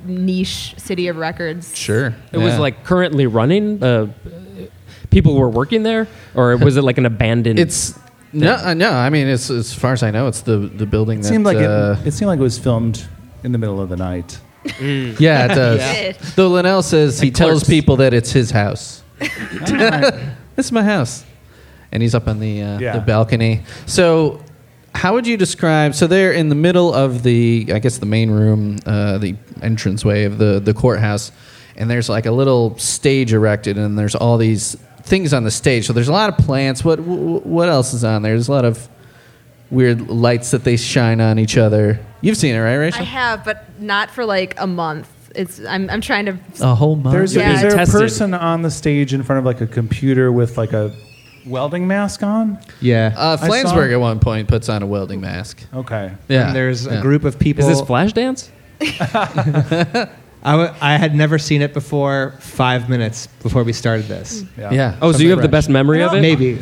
[SPEAKER 1] niche city of records.
[SPEAKER 5] sure.
[SPEAKER 3] It was
[SPEAKER 5] yeah.
[SPEAKER 3] like currently running. Uh, people were working there, or was it like an abandoned?
[SPEAKER 5] it's no, uh, no. I mean, it's as far as I know, it's the the building
[SPEAKER 7] It
[SPEAKER 5] that
[SPEAKER 7] seemed like
[SPEAKER 5] uh,
[SPEAKER 7] it, it seemed like it was filmed in the middle of the night.
[SPEAKER 5] Yeah, it does.
[SPEAKER 1] Yeah.
[SPEAKER 5] Though Linnell says he tells
[SPEAKER 3] clerks.
[SPEAKER 5] people that it's his house. this is my house. And he's up on the, uh,
[SPEAKER 7] Yeah.
[SPEAKER 5] the balcony. So, how would you describe? So, they're in the middle of the, I guess, the main room, uh, the entranceway of the, the courthouse. And there's like a little stage erected, and there's all these things on the stage. So, there's a lot of plants. What, wh- what else is on there? There's a lot of weird lights that they shine on each other. You've seen it, right,
[SPEAKER 1] I
[SPEAKER 5] Rachel?
[SPEAKER 1] have, but not for like a month. It's I'm, I'm trying to.
[SPEAKER 5] a whole month.
[SPEAKER 7] There's
[SPEAKER 1] Yeah.
[SPEAKER 7] is there a
[SPEAKER 3] Tested.
[SPEAKER 7] person on the stage in front of like a computer with like a welding mask on?
[SPEAKER 2] Yeah.
[SPEAKER 5] Uh,
[SPEAKER 7] I saw-
[SPEAKER 5] Flansburg at one point puts on a welding mask.
[SPEAKER 7] Okay.
[SPEAKER 5] Yeah.
[SPEAKER 2] And there's a
[SPEAKER 5] yeah.
[SPEAKER 2] group of people.
[SPEAKER 3] Is this Flashdance?
[SPEAKER 2] I, w- I had never seen it before five minutes before we started this.
[SPEAKER 1] Mm.
[SPEAKER 5] Yeah.
[SPEAKER 3] Oh, so you have the
[SPEAKER 2] fresh.
[SPEAKER 3] best memory of it?
[SPEAKER 2] Maybe.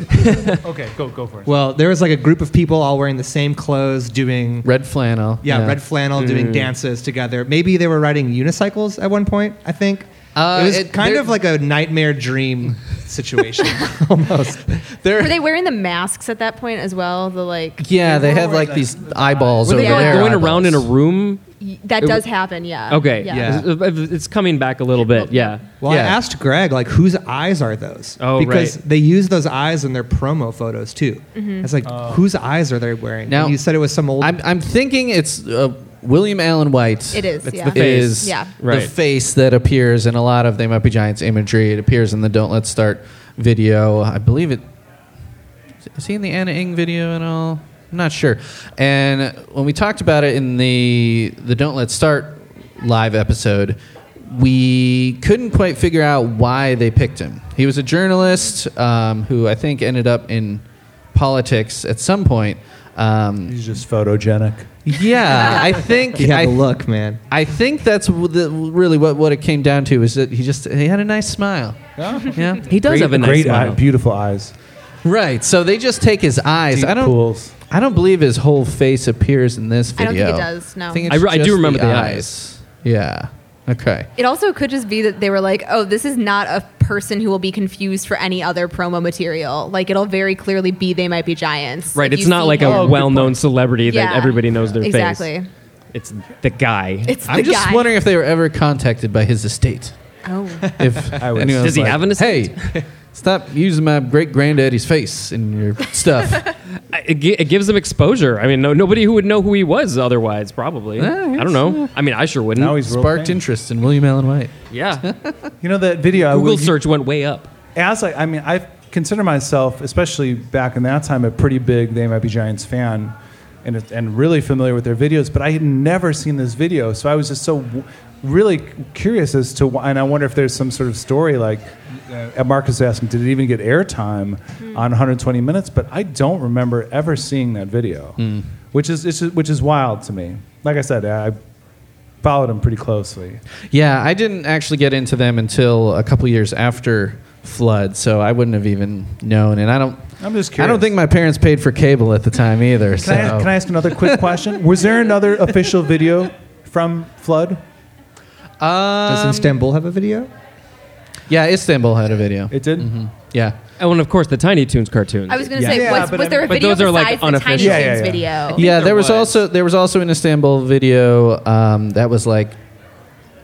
[SPEAKER 7] okay, go go for it.
[SPEAKER 2] Well, there was like a group of people all wearing the same clothes doing.
[SPEAKER 5] Red flannel.
[SPEAKER 2] yeah, red flannel doing dances together. Maybe they were riding unicycles at one point, I think.
[SPEAKER 5] Uh,
[SPEAKER 2] it was
[SPEAKER 5] it-
[SPEAKER 2] kind
[SPEAKER 5] there-
[SPEAKER 2] of like a nightmare dream situation, almost.
[SPEAKER 5] They're-
[SPEAKER 1] Were they wearing the masks at that point as well? The like
[SPEAKER 5] yeah, they had like these eyeballs
[SPEAKER 3] Were
[SPEAKER 5] over
[SPEAKER 3] they like
[SPEAKER 5] their
[SPEAKER 3] going
[SPEAKER 5] eyeballs.
[SPEAKER 3] around in a room?
[SPEAKER 1] y- that
[SPEAKER 3] It
[SPEAKER 1] does
[SPEAKER 3] w-
[SPEAKER 1] happen. Yeah.
[SPEAKER 3] Okay,
[SPEAKER 2] Yeah.
[SPEAKER 3] It's, it's coming back a little bit. Yeah.
[SPEAKER 2] Well, I
[SPEAKER 5] Yeah.
[SPEAKER 2] asked Greg, like, whose eyes are those?
[SPEAKER 3] Oh,
[SPEAKER 2] because
[SPEAKER 3] right.
[SPEAKER 2] they use those eyes in their promo photos too. It's like, whose eyes are they wearing?
[SPEAKER 5] Now-
[SPEAKER 2] and you said it was some old.
[SPEAKER 5] I'm, I'm thinking it's uh, William Allen White.
[SPEAKER 1] It is,
[SPEAKER 3] It's
[SPEAKER 1] yeah.
[SPEAKER 3] the face.
[SPEAKER 5] Is
[SPEAKER 1] Yeah.
[SPEAKER 3] Right.
[SPEAKER 5] the face that appears in a lot of They Might Be Giants imagery. It appears in the Don't Let's Start video. I believe it. Is he in the Anna Ing video at all? I'm not sure. And when we talked about it in the the Don't Let's Start live episode, we couldn't quite figure out why they picked him. He was a journalist um, who I think ended up in politics at some point. Um,
[SPEAKER 7] He's just photogenic.
[SPEAKER 5] yeah, I think
[SPEAKER 2] he had
[SPEAKER 5] I
[SPEAKER 2] the look, man.
[SPEAKER 5] I think that's w- the, really what, what it came down to is that he just he had a nice smile. Yeah.
[SPEAKER 3] He does have a nice
[SPEAKER 7] Great
[SPEAKER 3] smile.
[SPEAKER 7] eye, beautiful eyes.
[SPEAKER 5] Right. So they just take his eyes.
[SPEAKER 7] Deep
[SPEAKER 5] I don't
[SPEAKER 7] pools.
[SPEAKER 5] I don't believe his whole face appears in this
[SPEAKER 1] I
[SPEAKER 5] video.
[SPEAKER 1] don't think it does, no.
[SPEAKER 5] think
[SPEAKER 3] I re- I do
[SPEAKER 5] just
[SPEAKER 3] remember the
[SPEAKER 5] Yeah. Okay.
[SPEAKER 1] It also could just be that they were like, oh, this is not a person who will be confused for any other promo material. Like it'll very clearly be they might be giants.
[SPEAKER 3] Right.
[SPEAKER 1] If
[SPEAKER 3] It's
[SPEAKER 1] you
[SPEAKER 3] not
[SPEAKER 1] see
[SPEAKER 3] like
[SPEAKER 1] him-
[SPEAKER 3] a well-known celebrity that
[SPEAKER 1] Yeah.
[SPEAKER 3] everybody knows their face.
[SPEAKER 1] exactly.
[SPEAKER 3] It's the guy.
[SPEAKER 1] It's the
[SPEAKER 5] I'm just
[SPEAKER 1] guy.
[SPEAKER 5] wondering if they were ever contacted by his estate.
[SPEAKER 1] Oh,
[SPEAKER 5] If
[SPEAKER 7] I was-
[SPEAKER 5] anyone
[SPEAKER 3] Does
[SPEAKER 5] was
[SPEAKER 3] he
[SPEAKER 5] like,
[SPEAKER 3] have an estate?
[SPEAKER 5] Hey, stop using my great granddaddy's face in your stuff.
[SPEAKER 3] I- it, gi- it gives them exposure. I mean, no, nobody who would know who he was otherwise, probably.
[SPEAKER 5] Yeah, I
[SPEAKER 3] I don't
[SPEAKER 5] guess,
[SPEAKER 3] know. I mean, I sure wouldn't.
[SPEAKER 7] Now he's real
[SPEAKER 5] Sparked
[SPEAKER 7] famous.
[SPEAKER 5] interest in William Allen White.
[SPEAKER 3] yeah.
[SPEAKER 7] Oh, You know that video? I
[SPEAKER 3] Google
[SPEAKER 7] would-
[SPEAKER 3] search went way up.
[SPEAKER 7] as I, I mean, I consider myself, especially back in that time, a pretty big They Might Be Giants fan, and it- and really familiar with their videos. But I had never seen this video, so I was just so w- really curious as to why. And I wonder if there's some sort of story like. Uh, Marcus asked me, did it even get airtime on 120 minutes? But I don't remember ever seeing that video,
[SPEAKER 5] Hmm.
[SPEAKER 7] which is it's, which is wild to me. Like I said, I followed him pretty closely.
[SPEAKER 5] Yeah, I didn't actually get into them until a couple years after flood, so I wouldn't have even known. And I don't.
[SPEAKER 7] I'm just
[SPEAKER 5] I
[SPEAKER 7] curious.
[SPEAKER 5] don't think my parents paid for cable at the time either. so
[SPEAKER 7] Can, I, can I ask another quick question? Was there another official video from Flood?
[SPEAKER 2] Does Istanbul have a video?
[SPEAKER 5] Um, yeah, Istanbul had a video.
[SPEAKER 7] It did.
[SPEAKER 5] Yeah,
[SPEAKER 3] Oh, and of course, the Tiny Toons cartoon.
[SPEAKER 1] I was gonna
[SPEAKER 7] Yeah.
[SPEAKER 1] say,
[SPEAKER 7] Yeah,
[SPEAKER 1] was,
[SPEAKER 7] but
[SPEAKER 1] was
[SPEAKER 7] I
[SPEAKER 1] there a
[SPEAKER 3] mean- But
[SPEAKER 1] video
[SPEAKER 3] those are, like,
[SPEAKER 1] besides the Tiny
[SPEAKER 3] unofficial.
[SPEAKER 7] Yeah, yeah,
[SPEAKER 1] Toons
[SPEAKER 7] yeah.
[SPEAKER 1] video?
[SPEAKER 5] yeah.
[SPEAKER 3] there
[SPEAKER 5] There was,
[SPEAKER 3] was.
[SPEAKER 5] also there was also an Istanbul video um, that was like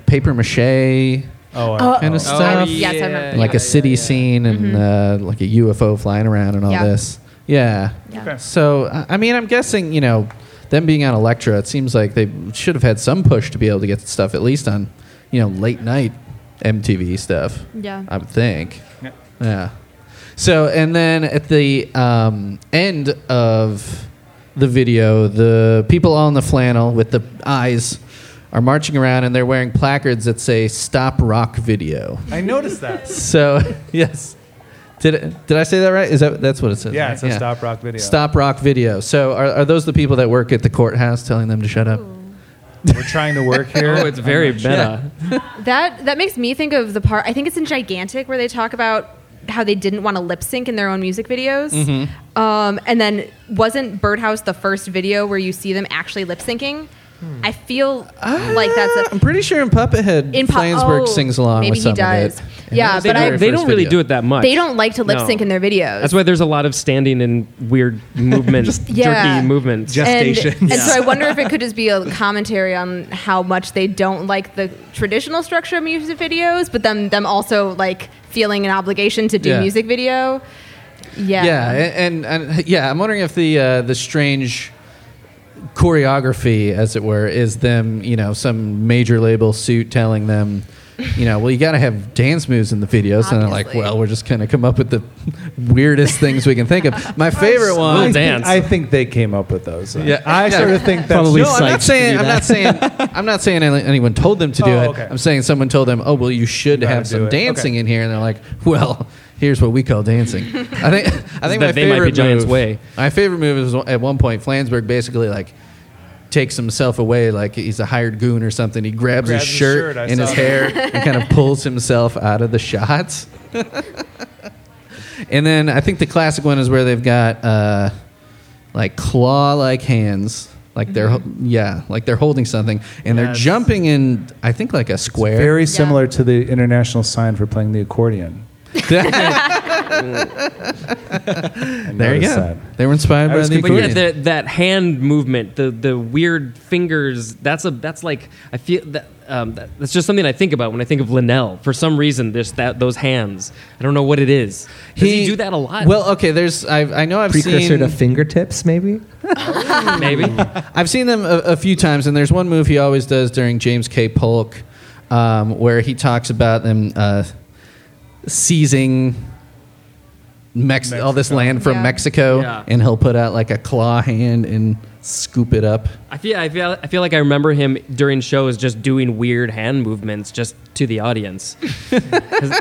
[SPEAKER 5] paper mache.
[SPEAKER 7] Oh,
[SPEAKER 1] Oh,
[SPEAKER 5] Kinda
[SPEAKER 1] oh,
[SPEAKER 5] stuff.
[SPEAKER 1] yes, I remember.
[SPEAKER 5] like a city scene and
[SPEAKER 7] Mm-hmm.
[SPEAKER 5] uh, like a UFO flying around and all
[SPEAKER 1] Yeah.
[SPEAKER 5] this. Yeah.
[SPEAKER 1] Yeah. Okay.
[SPEAKER 5] So I I mean, I'm guessing you know them being on Electra, it seems like they should have had some push to be able to get stuff at least on you know late night MTV stuff.
[SPEAKER 1] Yeah.
[SPEAKER 5] I would think.
[SPEAKER 7] Yeah.
[SPEAKER 5] Yeah. So and then at the um, end of the video, the people all in the flannel with the eyes are marching around and they're wearing placards that say "Stop Rock Video."
[SPEAKER 7] I noticed that.
[SPEAKER 5] So yes, did it, did I say that right? Is that that's what it says?
[SPEAKER 7] Yeah,
[SPEAKER 5] right?
[SPEAKER 7] it's a stop rock video.
[SPEAKER 5] Stop rock video. So are, are those the people that work at the courthouse telling them to shut up?
[SPEAKER 7] We're trying to work here.
[SPEAKER 3] Oh, it's very meta.
[SPEAKER 1] That that makes me think of the part. I think it's in Gigantic where they talk about how they didn't want to lip sync in their own music videos. Um, and then wasn't Birdhouse the first video where you see them actually lip syncing? I feel like
[SPEAKER 5] Ah,
[SPEAKER 1] that's a
[SPEAKER 5] I'm pretty sure in Puppet Head,
[SPEAKER 1] In Pu-
[SPEAKER 5] Flansburgh
[SPEAKER 1] oh,
[SPEAKER 5] sings along
[SPEAKER 1] maybe
[SPEAKER 5] with
[SPEAKER 1] he
[SPEAKER 5] some
[SPEAKER 1] does.
[SPEAKER 5] of it.
[SPEAKER 1] Yeah,
[SPEAKER 5] that was
[SPEAKER 1] but
[SPEAKER 5] the
[SPEAKER 1] I-
[SPEAKER 5] very
[SPEAKER 3] They don't
[SPEAKER 5] first
[SPEAKER 3] really
[SPEAKER 5] video.
[SPEAKER 3] do it that much.
[SPEAKER 1] they don't like to lip sync
[SPEAKER 3] Ah. No.
[SPEAKER 1] in their videos.
[SPEAKER 3] That's why there's a lot of standing and weird movements,
[SPEAKER 1] Yeah.
[SPEAKER 3] jerky movements.
[SPEAKER 2] Just-
[SPEAKER 1] and,
[SPEAKER 2] Gestations.
[SPEAKER 1] and so I wonder if it could just be a commentary on how much they don't like the traditional structure of music videos, but then them also like feeling an obligation to do
[SPEAKER 5] Yeah.
[SPEAKER 1] music video. Yeah.
[SPEAKER 5] Yeah, and, and, and yeah, I'm wondering if the uh, the strange choreography, as it were, is them you know some major label suit telling them. You know, well, you got to have dance moves in the videos, and they're like,
[SPEAKER 1] Obviously.
[SPEAKER 5] "Well, we're just gonna come up with the weirdest things we can think of." My favorite
[SPEAKER 3] Little
[SPEAKER 5] one,
[SPEAKER 3] dance.
[SPEAKER 7] I think they came up with those.
[SPEAKER 5] Yeah.
[SPEAKER 7] I
[SPEAKER 5] Yeah.
[SPEAKER 7] sort of think that's
[SPEAKER 2] Probably
[SPEAKER 5] no, I'm
[SPEAKER 2] psyched
[SPEAKER 5] not
[SPEAKER 2] to
[SPEAKER 5] saying.
[SPEAKER 2] do
[SPEAKER 5] I'm not
[SPEAKER 2] that.
[SPEAKER 5] saying. I'm not saying any- anyone told them to do
[SPEAKER 7] Oh,
[SPEAKER 5] it.
[SPEAKER 7] okay.
[SPEAKER 5] I'm saying someone told them, "Oh, well, you should
[SPEAKER 7] gotta
[SPEAKER 5] have
[SPEAKER 7] do
[SPEAKER 5] some
[SPEAKER 7] it."
[SPEAKER 5] dancing
[SPEAKER 7] Okay.
[SPEAKER 5] in here," and they're like, "Well, Here's what we call dancing. I think I think
[SPEAKER 3] That
[SPEAKER 5] my
[SPEAKER 3] they might be
[SPEAKER 5] favorite
[SPEAKER 3] Giants'
[SPEAKER 5] move,
[SPEAKER 3] way.
[SPEAKER 5] My favorite move is at one point Flansburgh basically like takes himself away like he's a hired goon or something. He grabs,
[SPEAKER 7] Grabs
[SPEAKER 5] his
[SPEAKER 7] his
[SPEAKER 5] shirt,
[SPEAKER 7] shirt, I
[SPEAKER 5] and his
[SPEAKER 7] saw
[SPEAKER 5] hair
[SPEAKER 7] that.
[SPEAKER 5] and kind of pulls himself out of the shots. and then I think the classic one is where they've got uh, like claw-like hands. Like they're ho-
[SPEAKER 3] Mm-hmm.
[SPEAKER 5] yeah, like they're holding something and they're
[SPEAKER 7] Yes.
[SPEAKER 5] jumping in. I think like a square.
[SPEAKER 7] Very similar to the international sign for playing the accordion.
[SPEAKER 5] there you go.
[SPEAKER 7] noticed that.
[SPEAKER 5] They were inspired
[SPEAKER 7] I
[SPEAKER 5] by
[SPEAKER 7] was
[SPEAKER 5] the
[SPEAKER 3] But yeah,
[SPEAKER 5] accordion.
[SPEAKER 3] the, that hand movement, the the weird fingers. That's a that's like I feel that, um, that that's just something I think about when I think of Linnell. For some reason, there's that those hands. I don't know what it is. Does he, do that a lot?
[SPEAKER 5] Well, okay. There's I've, I know I've
[SPEAKER 2] Precursor
[SPEAKER 5] seen
[SPEAKER 2] to fingertips, maybe.
[SPEAKER 3] maybe.
[SPEAKER 5] I've seen them a, a few times, and there's one move he always does during James K. Polk, um, where he talks about them uh, seizing Mex- all this land from
[SPEAKER 1] Yeah.
[SPEAKER 5] Mexico,
[SPEAKER 3] Yeah.
[SPEAKER 5] and he'll put out like a claw hand and scoop it up.
[SPEAKER 3] I feel I feel I feel like I remember him during shows just doing weird hand movements just to the audience. 'Cause-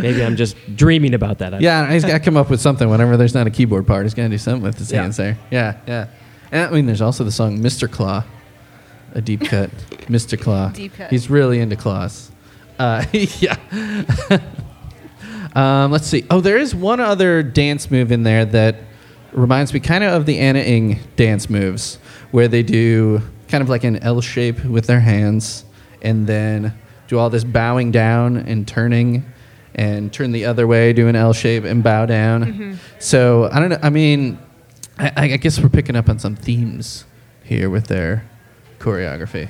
[SPEAKER 3] maybe I'm just dreaming about that. I-
[SPEAKER 5] Yeah, he's got to come up with something. Whenever there's not a keyboard part, he's going to do something with his
[SPEAKER 3] Yeah.
[SPEAKER 5] hands there. Yeah, yeah. And I mean, there's also the song Mr. Claw, a deep cut. Mr. Claw.
[SPEAKER 1] Deep cut.
[SPEAKER 5] He's really into claws. Uh, yeah. um, let's see. Oh, there is one other dance move in there that reminds me kind of of the Anna Ing dance moves, where they do kind of like an L shape with their hands and then do all this bowing down and turning and turn the other way, do an L shape and bow down. So I don't know. I mean, I, I guess we're picking up on some themes here with their choreography.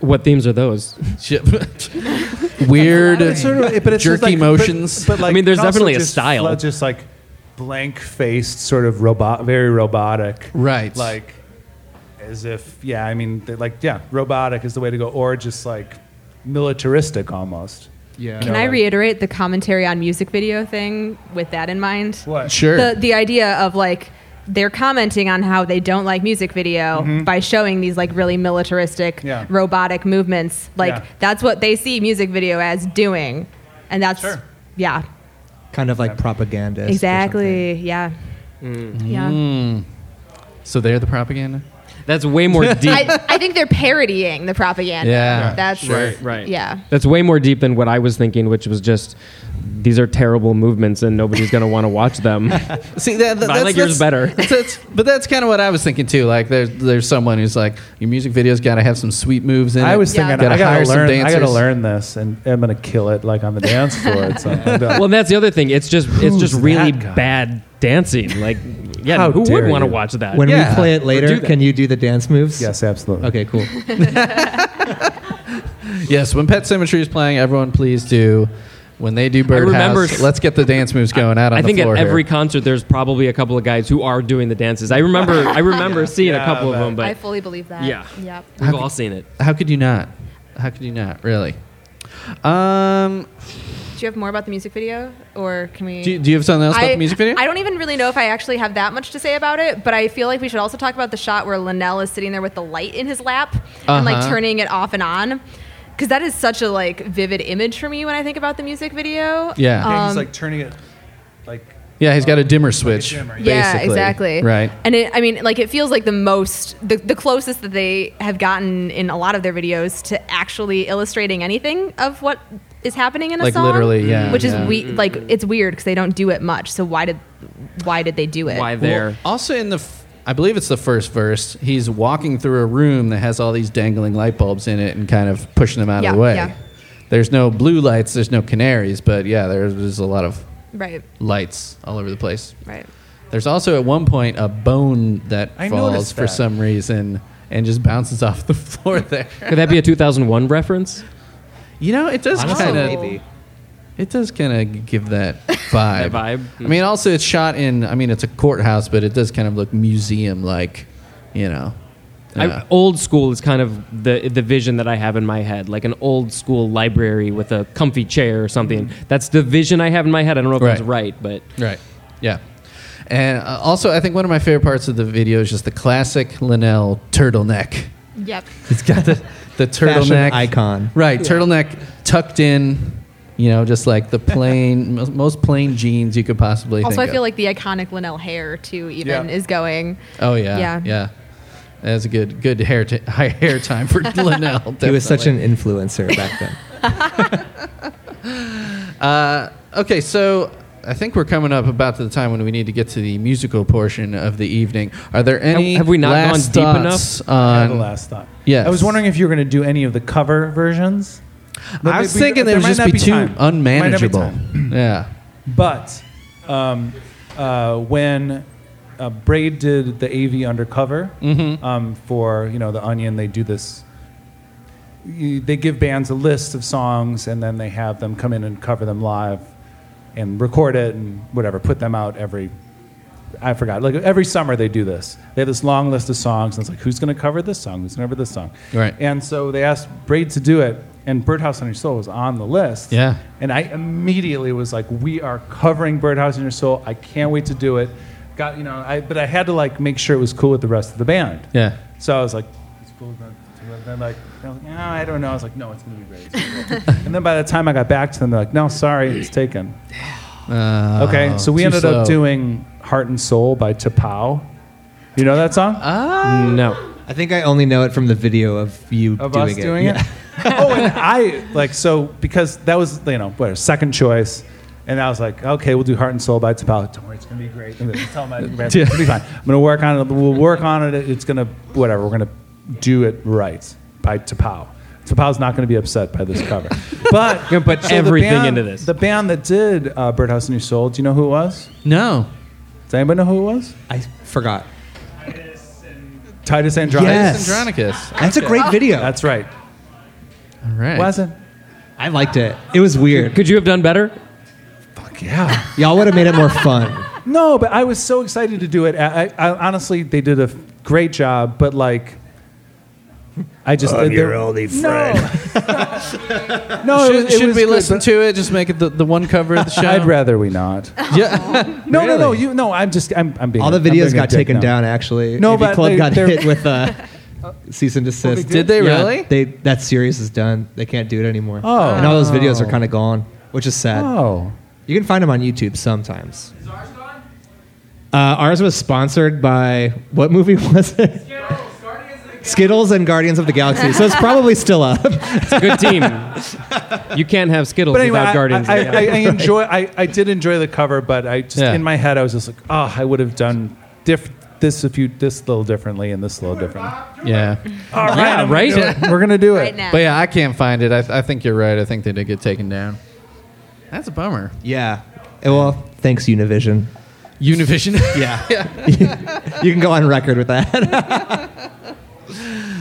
[SPEAKER 3] What themes are those?
[SPEAKER 5] Shit. Weird,
[SPEAKER 7] It's sort of- but it's
[SPEAKER 5] jerky
[SPEAKER 7] just like- but-
[SPEAKER 5] motions.
[SPEAKER 7] But, like,
[SPEAKER 3] I mean, there's
[SPEAKER 7] it also
[SPEAKER 3] definitely a
[SPEAKER 7] just
[SPEAKER 3] style.
[SPEAKER 7] felt Just like blank faced, sort of robot, very robotic.
[SPEAKER 5] Right.
[SPEAKER 7] Like, as if, yeah, I mean, they- like, yeah, robotic is the way to go, or just like militaristic almost.
[SPEAKER 2] Yeah.
[SPEAKER 1] Can I reiterate the commentary on music video thing with that in mind?
[SPEAKER 7] What?
[SPEAKER 5] sure.
[SPEAKER 1] The the idea of like they're commenting on how they don't like music video by showing these like really militaristic
[SPEAKER 7] Yeah.
[SPEAKER 1] robotic movements. Like
[SPEAKER 7] Yeah.
[SPEAKER 1] that's what they see music video as doing. And that's
[SPEAKER 7] Sure.
[SPEAKER 1] yeah.
[SPEAKER 2] Kind of like propaganda.
[SPEAKER 1] Exactly. Yeah.
[SPEAKER 5] Mm.
[SPEAKER 1] Yeah.
[SPEAKER 5] Hmm. so they're the propaganda.
[SPEAKER 3] That's way more deep.
[SPEAKER 1] I, I think they're parodying the propaganda.
[SPEAKER 5] Yeah.
[SPEAKER 1] That's
[SPEAKER 5] Right,
[SPEAKER 3] right.
[SPEAKER 1] Yeah.
[SPEAKER 3] That's way more deep than what I was thinking, which was just these are terrible movements and nobody's going to want to watch them.
[SPEAKER 5] See, that, that,
[SPEAKER 3] I
[SPEAKER 5] that's,
[SPEAKER 3] like yours
[SPEAKER 5] that's-
[SPEAKER 3] better.
[SPEAKER 5] that's- but that's kind of what I was thinking too. Like, there's there's someone who's like, your music video's got to have some sweet moves in it.
[SPEAKER 7] I was
[SPEAKER 1] Yeah.
[SPEAKER 7] thinking,
[SPEAKER 5] Gotta
[SPEAKER 7] I
[SPEAKER 5] hire
[SPEAKER 7] gotta
[SPEAKER 5] some
[SPEAKER 7] learn. I gotta
[SPEAKER 5] dancers.
[SPEAKER 7] learn this, and I'm gonna kill it like on the dance floor. It's
[SPEAKER 3] well, that's the other thing. It's just it's just
[SPEAKER 7] Who's
[SPEAKER 3] really
[SPEAKER 7] that guy?
[SPEAKER 3] bad dancing. Like, yeah,
[SPEAKER 7] How
[SPEAKER 3] who would
[SPEAKER 7] dare
[SPEAKER 3] want to
[SPEAKER 7] you.
[SPEAKER 3] watch that?
[SPEAKER 2] When
[SPEAKER 5] Yeah.
[SPEAKER 2] we play it
[SPEAKER 7] do
[SPEAKER 2] later,
[SPEAKER 7] that.
[SPEAKER 2] can you do the dance moves?
[SPEAKER 7] yes, absolutely.
[SPEAKER 2] Okay, cool.
[SPEAKER 5] Yes, when Pet Symmetry is playing, everyone please do. When they do Birdhouse,
[SPEAKER 3] remember-
[SPEAKER 5] let's get the dance moves going out on
[SPEAKER 3] I
[SPEAKER 5] the
[SPEAKER 3] think at
[SPEAKER 5] floor here.
[SPEAKER 3] every concert, there's probably a couple of guys who are doing the dances. I remember, I remember seeing a
[SPEAKER 7] Yeah,
[SPEAKER 3] couple of
[SPEAKER 7] but-
[SPEAKER 3] them, but
[SPEAKER 1] I fully believe that.
[SPEAKER 3] Yeah.
[SPEAKER 1] Yep.
[SPEAKER 3] we've all seen it.
[SPEAKER 5] How could you not? How could you not? Really? Um,
[SPEAKER 1] Do you have more about the music video, or can we?
[SPEAKER 5] do, do you have something else about the music video?
[SPEAKER 1] I don't even really know if I actually have that much to say about it, but I feel like we should also talk about the shot where Linnell is sitting there with the light in his lap and like
[SPEAKER 5] Uh-huh.
[SPEAKER 1] turning it off and on. Because that is such a like vivid image for me when I think about the music video.
[SPEAKER 5] Yeah.
[SPEAKER 7] Yeah, he's
[SPEAKER 1] Um,
[SPEAKER 7] like turning it, like
[SPEAKER 5] yeah, he's got a dimmer switch.
[SPEAKER 7] dimmer,
[SPEAKER 1] yeah,
[SPEAKER 5] basically.
[SPEAKER 1] exactly.
[SPEAKER 5] Right.
[SPEAKER 1] And it, I mean, like it feels like the most, the, the closest that they have gotten in a lot of their videos to actually illustrating anything of what is happening in a
[SPEAKER 5] Like,
[SPEAKER 1] song.
[SPEAKER 5] literally, yeah,
[SPEAKER 1] Which
[SPEAKER 5] yeah.
[SPEAKER 1] is we like it's weird because they don't do it much. So why did, why did they do it?
[SPEAKER 3] Why there?
[SPEAKER 5] Well, also in the, f- I believe it's the first verse. He's walking through a room that has all these dangling light bulbs in it and kind of pushing them out
[SPEAKER 1] Yeah,
[SPEAKER 5] of the way.
[SPEAKER 1] yeah.
[SPEAKER 5] There's no blue lights. There's no canaries. But yeah, there's, there's a lot of
[SPEAKER 1] Right.
[SPEAKER 5] lights all over the place.
[SPEAKER 1] Right.
[SPEAKER 5] There's also at one point a bone that
[SPEAKER 7] I
[SPEAKER 5] falls
[SPEAKER 7] noticed
[SPEAKER 5] for
[SPEAKER 7] that.
[SPEAKER 5] some reason and just bounces off the floor there.
[SPEAKER 3] Could that be a 2001 reference?
[SPEAKER 5] You know, it does
[SPEAKER 1] Honestly,
[SPEAKER 5] kind of
[SPEAKER 1] Oh. maybe.
[SPEAKER 5] it does kind of give that
[SPEAKER 3] That
[SPEAKER 5] vibe.
[SPEAKER 3] vibe?
[SPEAKER 5] I mean, also it's shot in. I mean, it's a courthouse, but it does kind of look museum like. You know, Yeah.
[SPEAKER 3] I, old school is kind of the the vision that I have in my head, like an old school library with a comfy chair or something. That's the vision I have in my head. I don't know if that's right,
[SPEAKER 5] Right.
[SPEAKER 3] but
[SPEAKER 5] Right. Yeah. And uh, also, I think one of my favorite parts of the video is just the classic Linnell turtleneck.
[SPEAKER 1] Yep.
[SPEAKER 5] He's got the, the turtleneck
[SPEAKER 2] Fashion icon.
[SPEAKER 5] Right, turtleneck tucked in, You know, just like the plain, most- most plain jeans you could possibly
[SPEAKER 1] Also, I
[SPEAKER 5] think
[SPEAKER 1] feel
[SPEAKER 5] of.
[SPEAKER 1] like the iconic Linnell hair too, even
[SPEAKER 5] Yeah.
[SPEAKER 1] is going.
[SPEAKER 5] oh, yeah.
[SPEAKER 1] yeah.
[SPEAKER 5] Yeah. That's a good good hair, t- hair time for Linnell.
[SPEAKER 2] He was such
[SPEAKER 5] definitely.
[SPEAKER 2] an influencer back then.
[SPEAKER 5] Uh, okay, so I think we're coming up about to the time when we need to get to the musical portion of the evening. Are there any?
[SPEAKER 3] have we not gone
[SPEAKER 5] last
[SPEAKER 3] deep
[SPEAKER 5] thoughts
[SPEAKER 3] enough?
[SPEAKER 5] On,
[SPEAKER 7] I had a last thought.
[SPEAKER 5] Yes.
[SPEAKER 7] I was wondering if you were going to do any of the cover versions. But
[SPEAKER 5] I was
[SPEAKER 7] maybe-
[SPEAKER 5] thinking they would
[SPEAKER 7] might
[SPEAKER 5] just
[SPEAKER 7] not
[SPEAKER 5] be, too
[SPEAKER 7] time. Might not be
[SPEAKER 5] unmanageable.
[SPEAKER 7] time.
[SPEAKER 5] yeah.
[SPEAKER 7] But um, uh, when uh, Braid did the AV undercover
[SPEAKER 5] Mhm.
[SPEAKER 7] um, for you know the Onion, they do this. You, they give bands a list of songs, and then they have them come in and cover them live, and record it and whatever. Put them out every. I forgot. Like every summer they do this. They have this long list of songs, and it's like who's going to cover this song? Who's going to cover this song?
[SPEAKER 5] Right.
[SPEAKER 7] And so they asked Braid to do it, and Birdhouse on Your Soul was on the list.
[SPEAKER 5] Yeah.
[SPEAKER 7] And I immediately was like, "We are covering Birdhouse in Your Soul. I can't wait to do it." Got you know, I but I had to like make sure it was cool with the rest of the band.
[SPEAKER 5] Yeah.
[SPEAKER 7] So I was like, "It's cool." with the- with the-" And like, I was like, "No, I don't know." I was like, "No, it's gonna be great." It's cool." and then by the time I got back to them, they're like, "No, sorry, it's taken."
[SPEAKER 5] Uh,
[SPEAKER 7] Okay, so we
[SPEAKER 5] too
[SPEAKER 7] ended up
[SPEAKER 5] slow.
[SPEAKER 7] doing "Heart and Soul" by Tapao. You know that song?
[SPEAKER 5] Ah,
[SPEAKER 3] No.
[SPEAKER 2] I think I only know it from the video of you
[SPEAKER 5] Oh.
[SPEAKER 7] of
[SPEAKER 2] doing
[SPEAKER 7] us
[SPEAKER 2] it.
[SPEAKER 7] doing
[SPEAKER 2] Yeah.
[SPEAKER 7] it. oh, and I like so because that was you know what second choice, and I was like, okay, we'll do Heart and Soul by Tapala. Don't worry, it's gonna be great. I'm gonna tell my it's gonna be fine. I'm gonna work on it. We'll work on it. It's gonna whatever. We're gonna do it right by Tapao. Tapao's not gonna be upset by this cover, but
[SPEAKER 3] Gonna put
[SPEAKER 7] the
[SPEAKER 3] everything
[SPEAKER 7] band-
[SPEAKER 3] into this.
[SPEAKER 7] The band that did uh, Birdhouse and Your Soul. Do you know who it was?
[SPEAKER 5] no.
[SPEAKER 7] Does anybody know who it was?
[SPEAKER 2] I forgot.
[SPEAKER 7] Titus Andronicus.
[SPEAKER 2] Yes.
[SPEAKER 5] Andronicus.
[SPEAKER 2] That's a great video.
[SPEAKER 7] That's right.
[SPEAKER 5] All right.
[SPEAKER 7] Was it?
[SPEAKER 2] I liked it. It was weird.
[SPEAKER 3] Could you have done better?
[SPEAKER 7] Fuck yeah.
[SPEAKER 2] Y'all would have made it more fun.
[SPEAKER 7] No, but I was so excited to do it. I, I, I honestly, they did a f- great job, but like, I just I'm your only friend. No, no it was-
[SPEAKER 5] Should,
[SPEAKER 7] it
[SPEAKER 5] should
[SPEAKER 7] was
[SPEAKER 5] we
[SPEAKER 7] good,
[SPEAKER 5] listen
[SPEAKER 7] but
[SPEAKER 5] to it? Just make it the, the one cover of the show.
[SPEAKER 7] I'd rather we not.
[SPEAKER 5] Yeah.
[SPEAKER 7] No, no, no.
[SPEAKER 2] Really?
[SPEAKER 7] You no. I'm just. I'm. I'm being.
[SPEAKER 2] All the
[SPEAKER 7] I'm being
[SPEAKER 2] videos
[SPEAKER 7] a
[SPEAKER 2] got
[SPEAKER 7] dick
[SPEAKER 2] taken
[SPEAKER 7] now.
[SPEAKER 2] down. Actually,
[SPEAKER 7] No,
[SPEAKER 2] AV
[SPEAKER 7] but
[SPEAKER 2] Club
[SPEAKER 7] they-
[SPEAKER 2] got
[SPEAKER 7] they're-
[SPEAKER 2] hit with uh, cease and desist.
[SPEAKER 5] Did they
[SPEAKER 2] Yeah.
[SPEAKER 5] really?
[SPEAKER 2] They that series is done. They can't do it anymore.
[SPEAKER 7] Oh.
[SPEAKER 2] and all those videos are kind of gone, which is sad.
[SPEAKER 7] Oh,
[SPEAKER 2] You can find them on YouTube sometimes. Is ours gone? Uh, ours was sponsored by what movie was it? Skittles and Guardians of the Galaxy. So it's probably still up.
[SPEAKER 3] It's a good team. you can't have Skittles
[SPEAKER 7] but anyway,
[SPEAKER 3] without
[SPEAKER 7] I,
[SPEAKER 3] Guardians.
[SPEAKER 7] I,
[SPEAKER 3] of the
[SPEAKER 7] I, I enjoy. I, I did enjoy the cover, but I just
[SPEAKER 5] Yeah.
[SPEAKER 7] in my head I was just like, oh, I would have done diff- this if you this a little differently and this a little differently.
[SPEAKER 5] yeah.
[SPEAKER 3] yeah, right?
[SPEAKER 7] We're gonna do it.
[SPEAKER 1] Right now.
[SPEAKER 5] But yeah, I can't find it. I, I think you're right. I think they did get taken down. That's a bummer.
[SPEAKER 2] yeah. Eh, Well, thanks Univision.
[SPEAKER 5] Univision.
[SPEAKER 2] Yeah. you can go on record with that.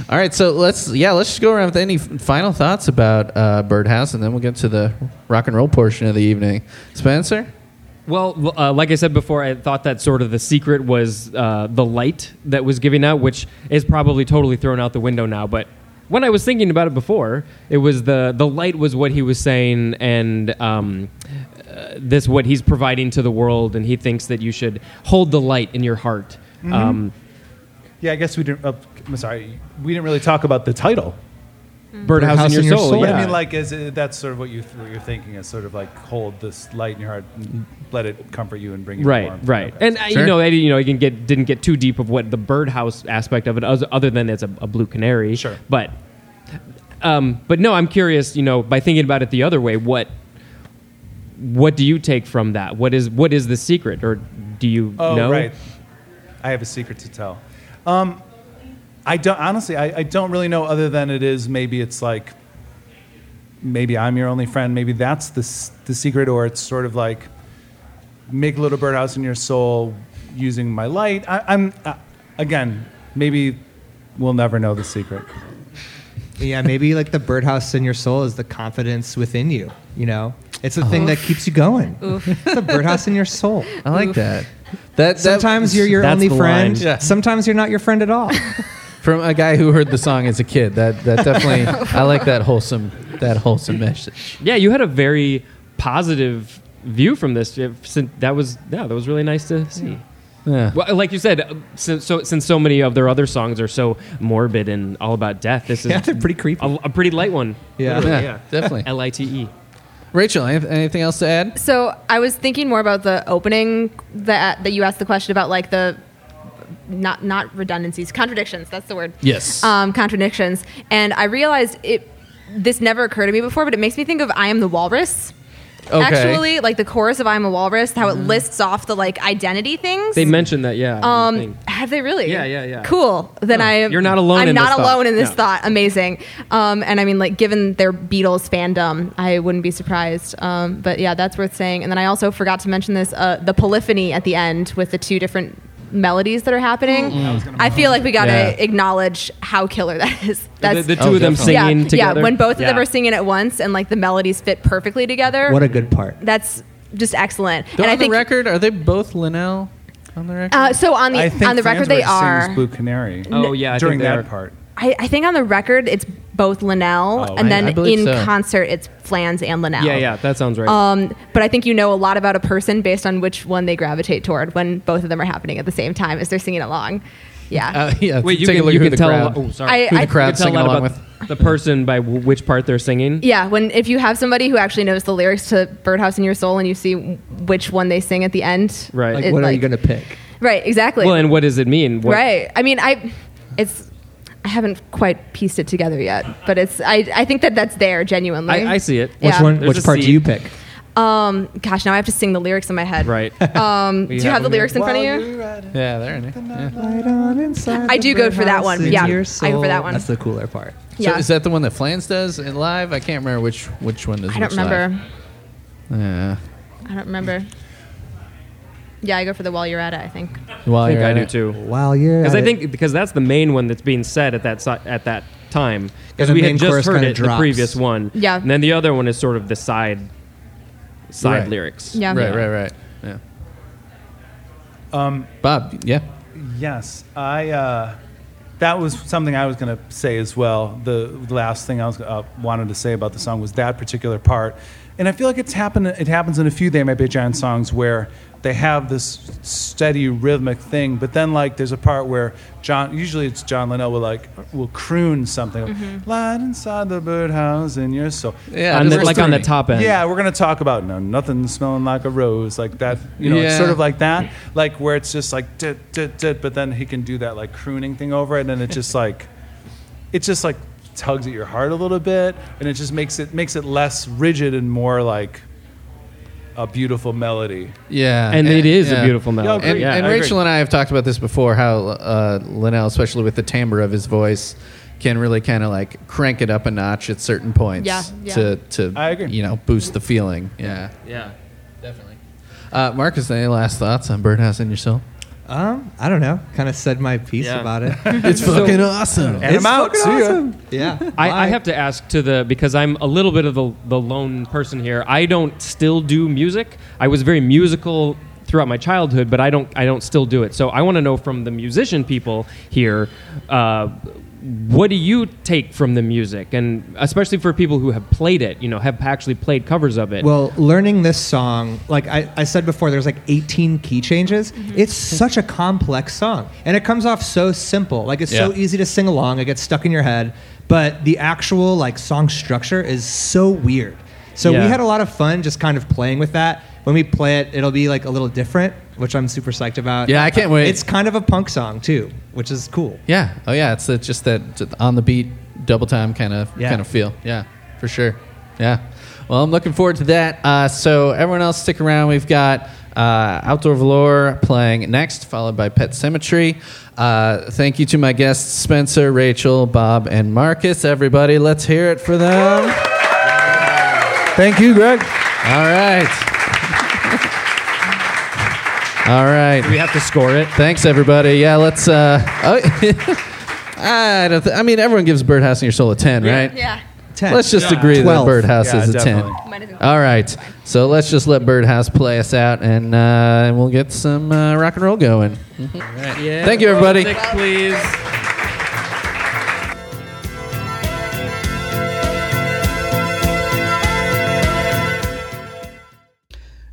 [SPEAKER 5] All right, so let's yeah, let's just go around with any f- final thoughts about uh, Birdhouse, and then we'll get to the rock and roll portion of the evening. Spencer,
[SPEAKER 3] Well, uh, like I said before, I thought that sort of the secret was uh, the light that was giving out, which is probably totally thrown out the window now. But when I was thinking about it before, it was the the light was what he was saying, and um, uh, this what he's providing to the world, and he thinks that you should hold the light in your heart. Um,
[SPEAKER 7] Yeah, I guess we didn't. Uh, I'm sorry, we didn't really talk about the title.
[SPEAKER 3] birdhouse, in your, soul.
[SPEAKER 7] But
[SPEAKER 3] yeah.
[SPEAKER 7] I mean, like, is it, that's sort of what you what you're thinking is sort of like hold this light in your heart, and let it comfort you and bring you
[SPEAKER 3] right
[SPEAKER 7] warmth.
[SPEAKER 3] right
[SPEAKER 7] Okay.
[SPEAKER 3] and I
[SPEAKER 5] Sure.
[SPEAKER 3] you know I, didn't- you know I didn't get didn't get too deep of what the birdhouse aspect of it oth- other than it's a, a blue canary
[SPEAKER 7] Sure.
[SPEAKER 3] but um, but no i'm curious you know by thinking about it the other way what what do you take from that what is what is the secret or do you
[SPEAKER 7] oh
[SPEAKER 3] know
[SPEAKER 7] right, I have a secret to tell. Um, I don't honestly. I, I don't really know other than it is maybe it's like maybe I'm your only friend. Maybe that's the s- the secret, or it's sort of like make a little birdhouse in your soul using my light. I, I'm uh, again maybe we'll never know the secret.
[SPEAKER 2] yeah, maybe like the birdhouse in your soul is the confidence within you. You know, it's the thing that keeps you going. It's the birdhouse in your soul.
[SPEAKER 5] I like that. That that-
[SPEAKER 2] Sometimes you're your
[SPEAKER 3] that's
[SPEAKER 2] only
[SPEAKER 3] the
[SPEAKER 2] friend.
[SPEAKER 3] line.
[SPEAKER 5] Yeah.
[SPEAKER 2] Sometimes you're not your friend at all.
[SPEAKER 5] from a guy who heard the song as a kid. That that definitely I like that wholesome that wholesome message.
[SPEAKER 3] yeah you had a very positive view from this If- since that was yeah that was really nice to see
[SPEAKER 5] Yeah.
[SPEAKER 3] Well, like you said, uh, since so, since so many of their other songs are so morbid and all about death, this is
[SPEAKER 2] Yeah, they're pretty creepy.
[SPEAKER 3] A, a pretty light one.
[SPEAKER 2] Yeah.
[SPEAKER 3] Literally,
[SPEAKER 5] Yeah, definitely.
[SPEAKER 3] L I T E.
[SPEAKER 5] Rachel, any- anything else to add?
[SPEAKER 1] So I was thinking more about the opening that that you asked the question about, like the not not redundancies, contradictions. That's the word.
[SPEAKER 5] Yes.
[SPEAKER 3] Uh,
[SPEAKER 1] Um, contradictions, and I realized it. This never occurred to me before, but it makes me think of "I Am the Walrus."
[SPEAKER 3] Okay.
[SPEAKER 1] Actually, like the chorus of "I Am a Walrus," how it
[SPEAKER 5] Mm.
[SPEAKER 1] lists off the like identity things.
[SPEAKER 3] They mentioned that, yeah. in the
[SPEAKER 1] Um,
[SPEAKER 3] thing.
[SPEAKER 1] have they really?
[SPEAKER 3] Yeah, yeah, yeah.
[SPEAKER 1] Cool. Then I
[SPEAKER 3] You're not alone
[SPEAKER 1] I'm
[SPEAKER 3] in
[SPEAKER 1] not
[SPEAKER 3] this thought.
[SPEAKER 1] alone in this
[SPEAKER 3] No.
[SPEAKER 1] thought. Amazing. Um, and I mean, like, given their Beatles fandom, I wouldn't be surprised. Um, but yeah, that's worth saying. And then I also forgot to mention this: uh, the polyphony at the end with the two different melodies that are happening.
[SPEAKER 3] Mm. I was gonna
[SPEAKER 1] I feel like we gotta
[SPEAKER 3] Yeah.
[SPEAKER 1] acknowledge how killer that is. That's
[SPEAKER 3] the two Oh, of them definitely. singing
[SPEAKER 1] yeah,
[SPEAKER 3] together?
[SPEAKER 1] Yeah, when both of them
[SPEAKER 3] Yeah.
[SPEAKER 1] are singing at once and like the melodies fit perfectly together.
[SPEAKER 2] What a good part.
[SPEAKER 1] That's just excellent. and
[SPEAKER 5] They're on
[SPEAKER 1] I think
[SPEAKER 5] the record, are they both Linnell on the record?
[SPEAKER 1] uh, so on the
[SPEAKER 7] I think
[SPEAKER 1] on the record
[SPEAKER 7] Fansworth
[SPEAKER 1] they
[SPEAKER 7] sings
[SPEAKER 1] are.
[SPEAKER 7] Blue Canary.
[SPEAKER 3] Oh, yeah, I think
[SPEAKER 7] during
[SPEAKER 3] they
[SPEAKER 7] that
[SPEAKER 3] are.
[SPEAKER 7] part.
[SPEAKER 1] I, I think on the record it's both Linnell,
[SPEAKER 3] Oh,
[SPEAKER 1] and
[SPEAKER 3] I-
[SPEAKER 1] then
[SPEAKER 3] I believe
[SPEAKER 1] in
[SPEAKER 3] so.
[SPEAKER 1] concert it's Flans and Linnell.
[SPEAKER 3] Yeah, yeah, that sounds right.
[SPEAKER 1] Um, but I think you know a lot about a person based on which one they gravitate toward when both of them are happening at the same time as they're singing along. Yeah.
[SPEAKER 5] Uh, yeah,
[SPEAKER 3] Wait, you
[SPEAKER 5] take a
[SPEAKER 3] can,
[SPEAKER 5] look
[SPEAKER 3] you
[SPEAKER 5] who
[SPEAKER 3] can
[SPEAKER 5] the
[SPEAKER 3] tell.
[SPEAKER 5] crowd-
[SPEAKER 3] Oh, sorry.
[SPEAKER 1] I-
[SPEAKER 5] who the
[SPEAKER 1] I-
[SPEAKER 5] crowd
[SPEAKER 3] you can
[SPEAKER 5] singing
[SPEAKER 3] tell a lot
[SPEAKER 5] along
[SPEAKER 3] about
[SPEAKER 5] with.
[SPEAKER 3] the person by w- which part they're singing.
[SPEAKER 1] yeah, when if you have somebody who actually knows the lyrics to Birdhouse in Your Soul and you see which one they sing at the end.
[SPEAKER 3] Right.
[SPEAKER 2] Like,
[SPEAKER 1] it,
[SPEAKER 2] what are
[SPEAKER 1] like-
[SPEAKER 2] you going to pick?
[SPEAKER 1] Right, exactly.
[SPEAKER 3] Well, and what does it mean? What-
[SPEAKER 1] Right. I mean, I it's I haven't quite pieced it together yet, but it's I, I think that that's there genuinely.
[SPEAKER 3] I, I see it.
[SPEAKER 2] Which
[SPEAKER 1] Yeah.
[SPEAKER 2] one?
[SPEAKER 3] There's a
[SPEAKER 2] which part
[SPEAKER 3] seed.
[SPEAKER 2] do you pick?
[SPEAKER 1] Um, gosh, now I have to sing the lyrics in my head.
[SPEAKER 3] Right.
[SPEAKER 1] Um, do
[SPEAKER 3] We
[SPEAKER 1] you
[SPEAKER 3] have
[SPEAKER 1] have, the
[SPEAKER 3] them here.
[SPEAKER 1] lyrics in front of you?
[SPEAKER 5] Yeah, there it is. Yeah.
[SPEAKER 1] I do go for that one. Yeah, I go for that one.
[SPEAKER 2] That's the cooler part.
[SPEAKER 1] yeah,
[SPEAKER 5] So is that the one that Flans does in live? I can't remember which which one does.
[SPEAKER 1] I don't
[SPEAKER 5] which live.
[SPEAKER 1] remember.
[SPEAKER 5] Yeah.
[SPEAKER 1] I don't remember. Yeah, I go for the while you're at it. I think.
[SPEAKER 5] Well,
[SPEAKER 3] I think
[SPEAKER 5] you're
[SPEAKER 3] I do
[SPEAKER 5] right.
[SPEAKER 3] too.
[SPEAKER 2] While you're
[SPEAKER 3] Because
[SPEAKER 2] at
[SPEAKER 3] I
[SPEAKER 2] it-
[SPEAKER 3] think because that's the main one that's being said at that si- at that time. Because
[SPEAKER 2] the
[SPEAKER 3] we
[SPEAKER 2] main
[SPEAKER 3] had
[SPEAKER 2] chorus
[SPEAKER 3] just heard
[SPEAKER 2] kinda
[SPEAKER 3] it in the
[SPEAKER 2] drops.
[SPEAKER 3] previous one.
[SPEAKER 1] Yeah.
[SPEAKER 3] And then the other one is sort of the side side
[SPEAKER 5] Right.
[SPEAKER 3] lyrics.
[SPEAKER 1] Yeah.
[SPEAKER 5] Right, right, right. Yeah.
[SPEAKER 7] Um,
[SPEAKER 5] Bob, yeah.
[SPEAKER 7] Yes, I. Uh, that was something I was going to say as well. The last thing I was uh, wanted to say about the song was that particular part, and I feel like it's happened. It happens in a few They Might Be Giant songs where they have this steady rhythmic thing, but then like there's a part where John. Usually it's John Linnell will like will croon something.
[SPEAKER 1] Mm-hmm.
[SPEAKER 7] Light inside the birdhouse in your soul.
[SPEAKER 5] Yeah,
[SPEAKER 3] On the-
[SPEAKER 5] just
[SPEAKER 3] like on the
[SPEAKER 5] crooning.
[SPEAKER 3] top end.
[SPEAKER 7] Yeah, we're gonna talk about no nothing smelling like a rose, like that. You know, it's
[SPEAKER 5] Yeah.
[SPEAKER 7] sort of like that, like where it's just like dit dit dit, but then he can do that like crooning thing over it, and it just like, it just like tugs at your heart a little bit, and it just makes it makes it less rigid and more like a beautiful melody.
[SPEAKER 5] Yeah.
[SPEAKER 3] And it is a
[SPEAKER 5] yeah.
[SPEAKER 3] beautiful melody.
[SPEAKER 7] agree.
[SPEAKER 5] And,
[SPEAKER 3] yeah,
[SPEAKER 5] and
[SPEAKER 3] I agree.
[SPEAKER 5] Rachel and I have talked about this before how uh, Linnell, especially with the timbre of his voice, can really kind of like crank it up a notch at certain points
[SPEAKER 1] Yeah, yeah.
[SPEAKER 5] to to
[SPEAKER 7] I agree.
[SPEAKER 5] you know boost the feeling. Yeah,
[SPEAKER 3] Yeah.
[SPEAKER 5] definitely. Uh, Marcus, any last thoughts on Birdhouse and Your Soul?
[SPEAKER 2] Um, I don't know. Kind of said my piece
[SPEAKER 3] Yeah.
[SPEAKER 2] about it.
[SPEAKER 5] It's fucking awesome.
[SPEAKER 7] And
[SPEAKER 2] It's
[SPEAKER 7] I'm out.
[SPEAKER 2] fucking
[SPEAKER 7] See ya.
[SPEAKER 2] awesome. Yeah.
[SPEAKER 3] I, I have to ask to the because I'm a little bit of the, the lone person here. I don't still do music. I was very musical throughout my childhood, but I don't I don't still do it. So I want to know from the musician people here, uh, what do you take from the music, and especially for people who have played it, you know, have actually played covers of it.
[SPEAKER 2] Well, learning this song, like I, I said before, there's like 18 key changes. It's such a complex song. And it comes off so simple. Like it's so
[SPEAKER 5] Yeah.
[SPEAKER 2] easy to sing along, it gets stuck in your head. But the actual like song structure is so weird. So
[SPEAKER 3] Yeah.
[SPEAKER 2] we had a lot of fun just kind of playing with that. When we play it, it'll be like a little different, which I'm super psyched about.
[SPEAKER 5] Yeah, I can't wait.
[SPEAKER 2] It's kind of a punk song too, which is cool.
[SPEAKER 5] Yeah. Oh yeah. It's uh, just that just on the beat, double time kind of
[SPEAKER 2] Yeah.
[SPEAKER 5] kind of feel. Yeah, for sure. Yeah. Well, I'm looking forward to that. Uh, so everyone else, stick around. We've got uh, Outdoor Velour playing next, followed by Pet Symmetry. Uh, thank you to my guests Spencer, Rachel, Bob, and Marcus. Everybody, let's hear it for them.
[SPEAKER 7] Thank you, Greg.
[SPEAKER 5] All right. All right.
[SPEAKER 3] we have to score it.
[SPEAKER 5] Thanks, everybody. Yeah, let's. Uh, oh, I don't. Th- I mean, everyone gives Birdhouse in Your Soul a ten, right?
[SPEAKER 1] Yeah.
[SPEAKER 2] 10.
[SPEAKER 5] Let's just agree that
[SPEAKER 2] Twelve.
[SPEAKER 5] Birdhouse
[SPEAKER 7] Yeah,
[SPEAKER 5] is a
[SPEAKER 7] definitely.
[SPEAKER 1] Might as
[SPEAKER 5] ten.
[SPEAKER 1] well.
[SPEAKER 5] All right. So let's just let Birdhouse play us out, and uh, we'll get some uh, rock and roll going.
[SPEAKER 3] Yeah.
[SPEAKER 5] Thank you, everybody.
[SPEAKER 3] Music, please.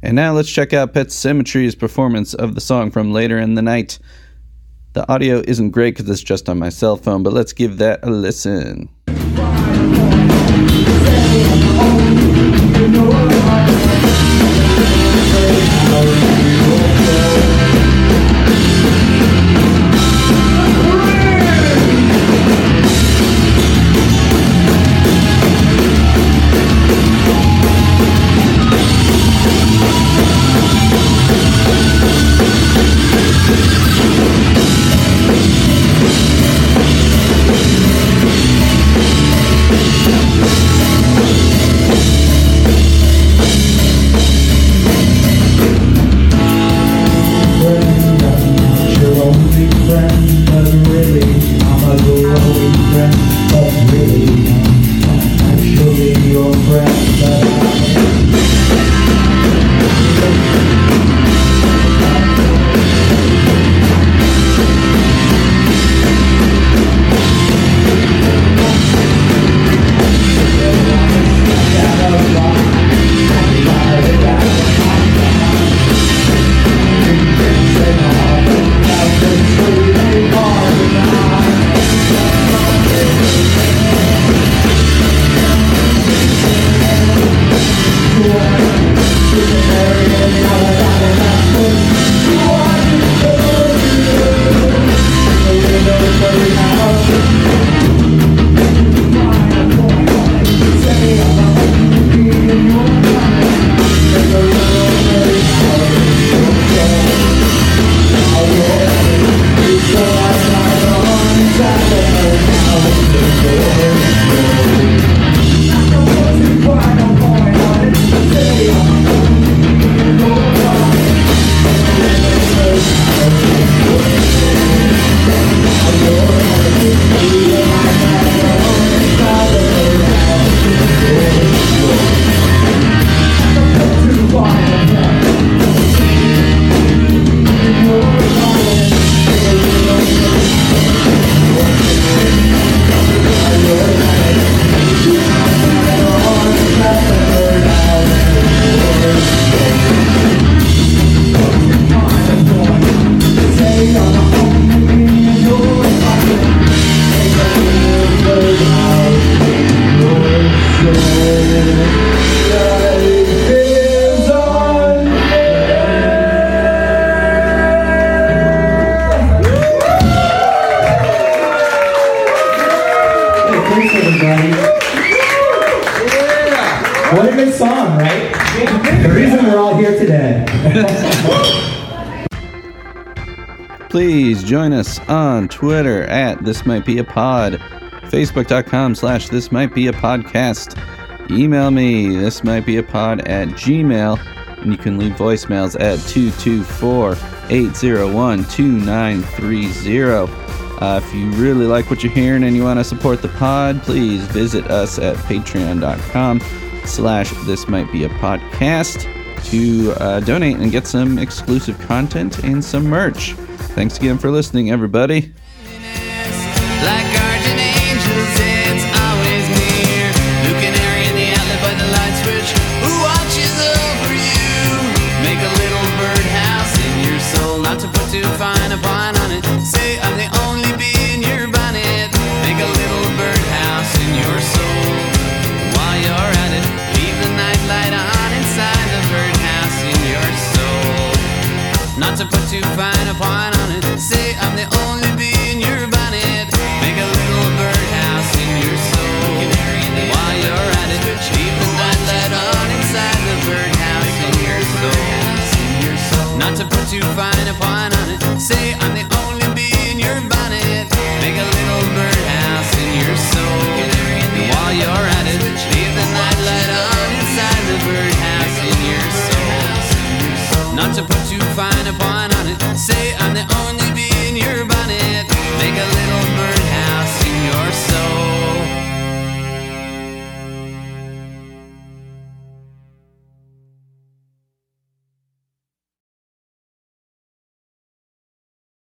[SPEAKER 6] And now let's check out Pet Symmetry's performance of the song from later in the night. The audio isn't great because it's just on my cell phone, but let's give that a listen.
[SPEAKER 8] Thank
[SPEAKER 11] Thanks, everybody. What a good song, right? The reason we're all here today.
[SPEAKER 5] Please join us on Twitter at This Might Be a Pod, Facebook.com slash This Might Be a Podcast. Email me, This Might Be a Pod at Gmail, and you can leave voicemails at 224 801 2930. Uh, If you really like what you're hearing and you want to support the pod, please visit us at patreon.com slash This Might Be a Podcast to uh, donate and get some exclusive content and some merch. Thanks again for listening, everybody.
[SPEAKER 6] Like guardian angels, it's always near. Luke and Harry in the outlet by the light switch. Who watches over you? Make a little birdhouse in your soul, not to put too fine a pine on it. Say I'm the only bee in your bonnet. Make a little birdhouse in your soul. While you're at it, leave the night light on inside the birdhouse in your soul. Not to put too fine a point on it. Say I'm the only bee in your bonnet. Make a little birdhouse in your soul. While you're at it, keep the nightlight on inside the birdhouse in your soul. Not to put too fine a point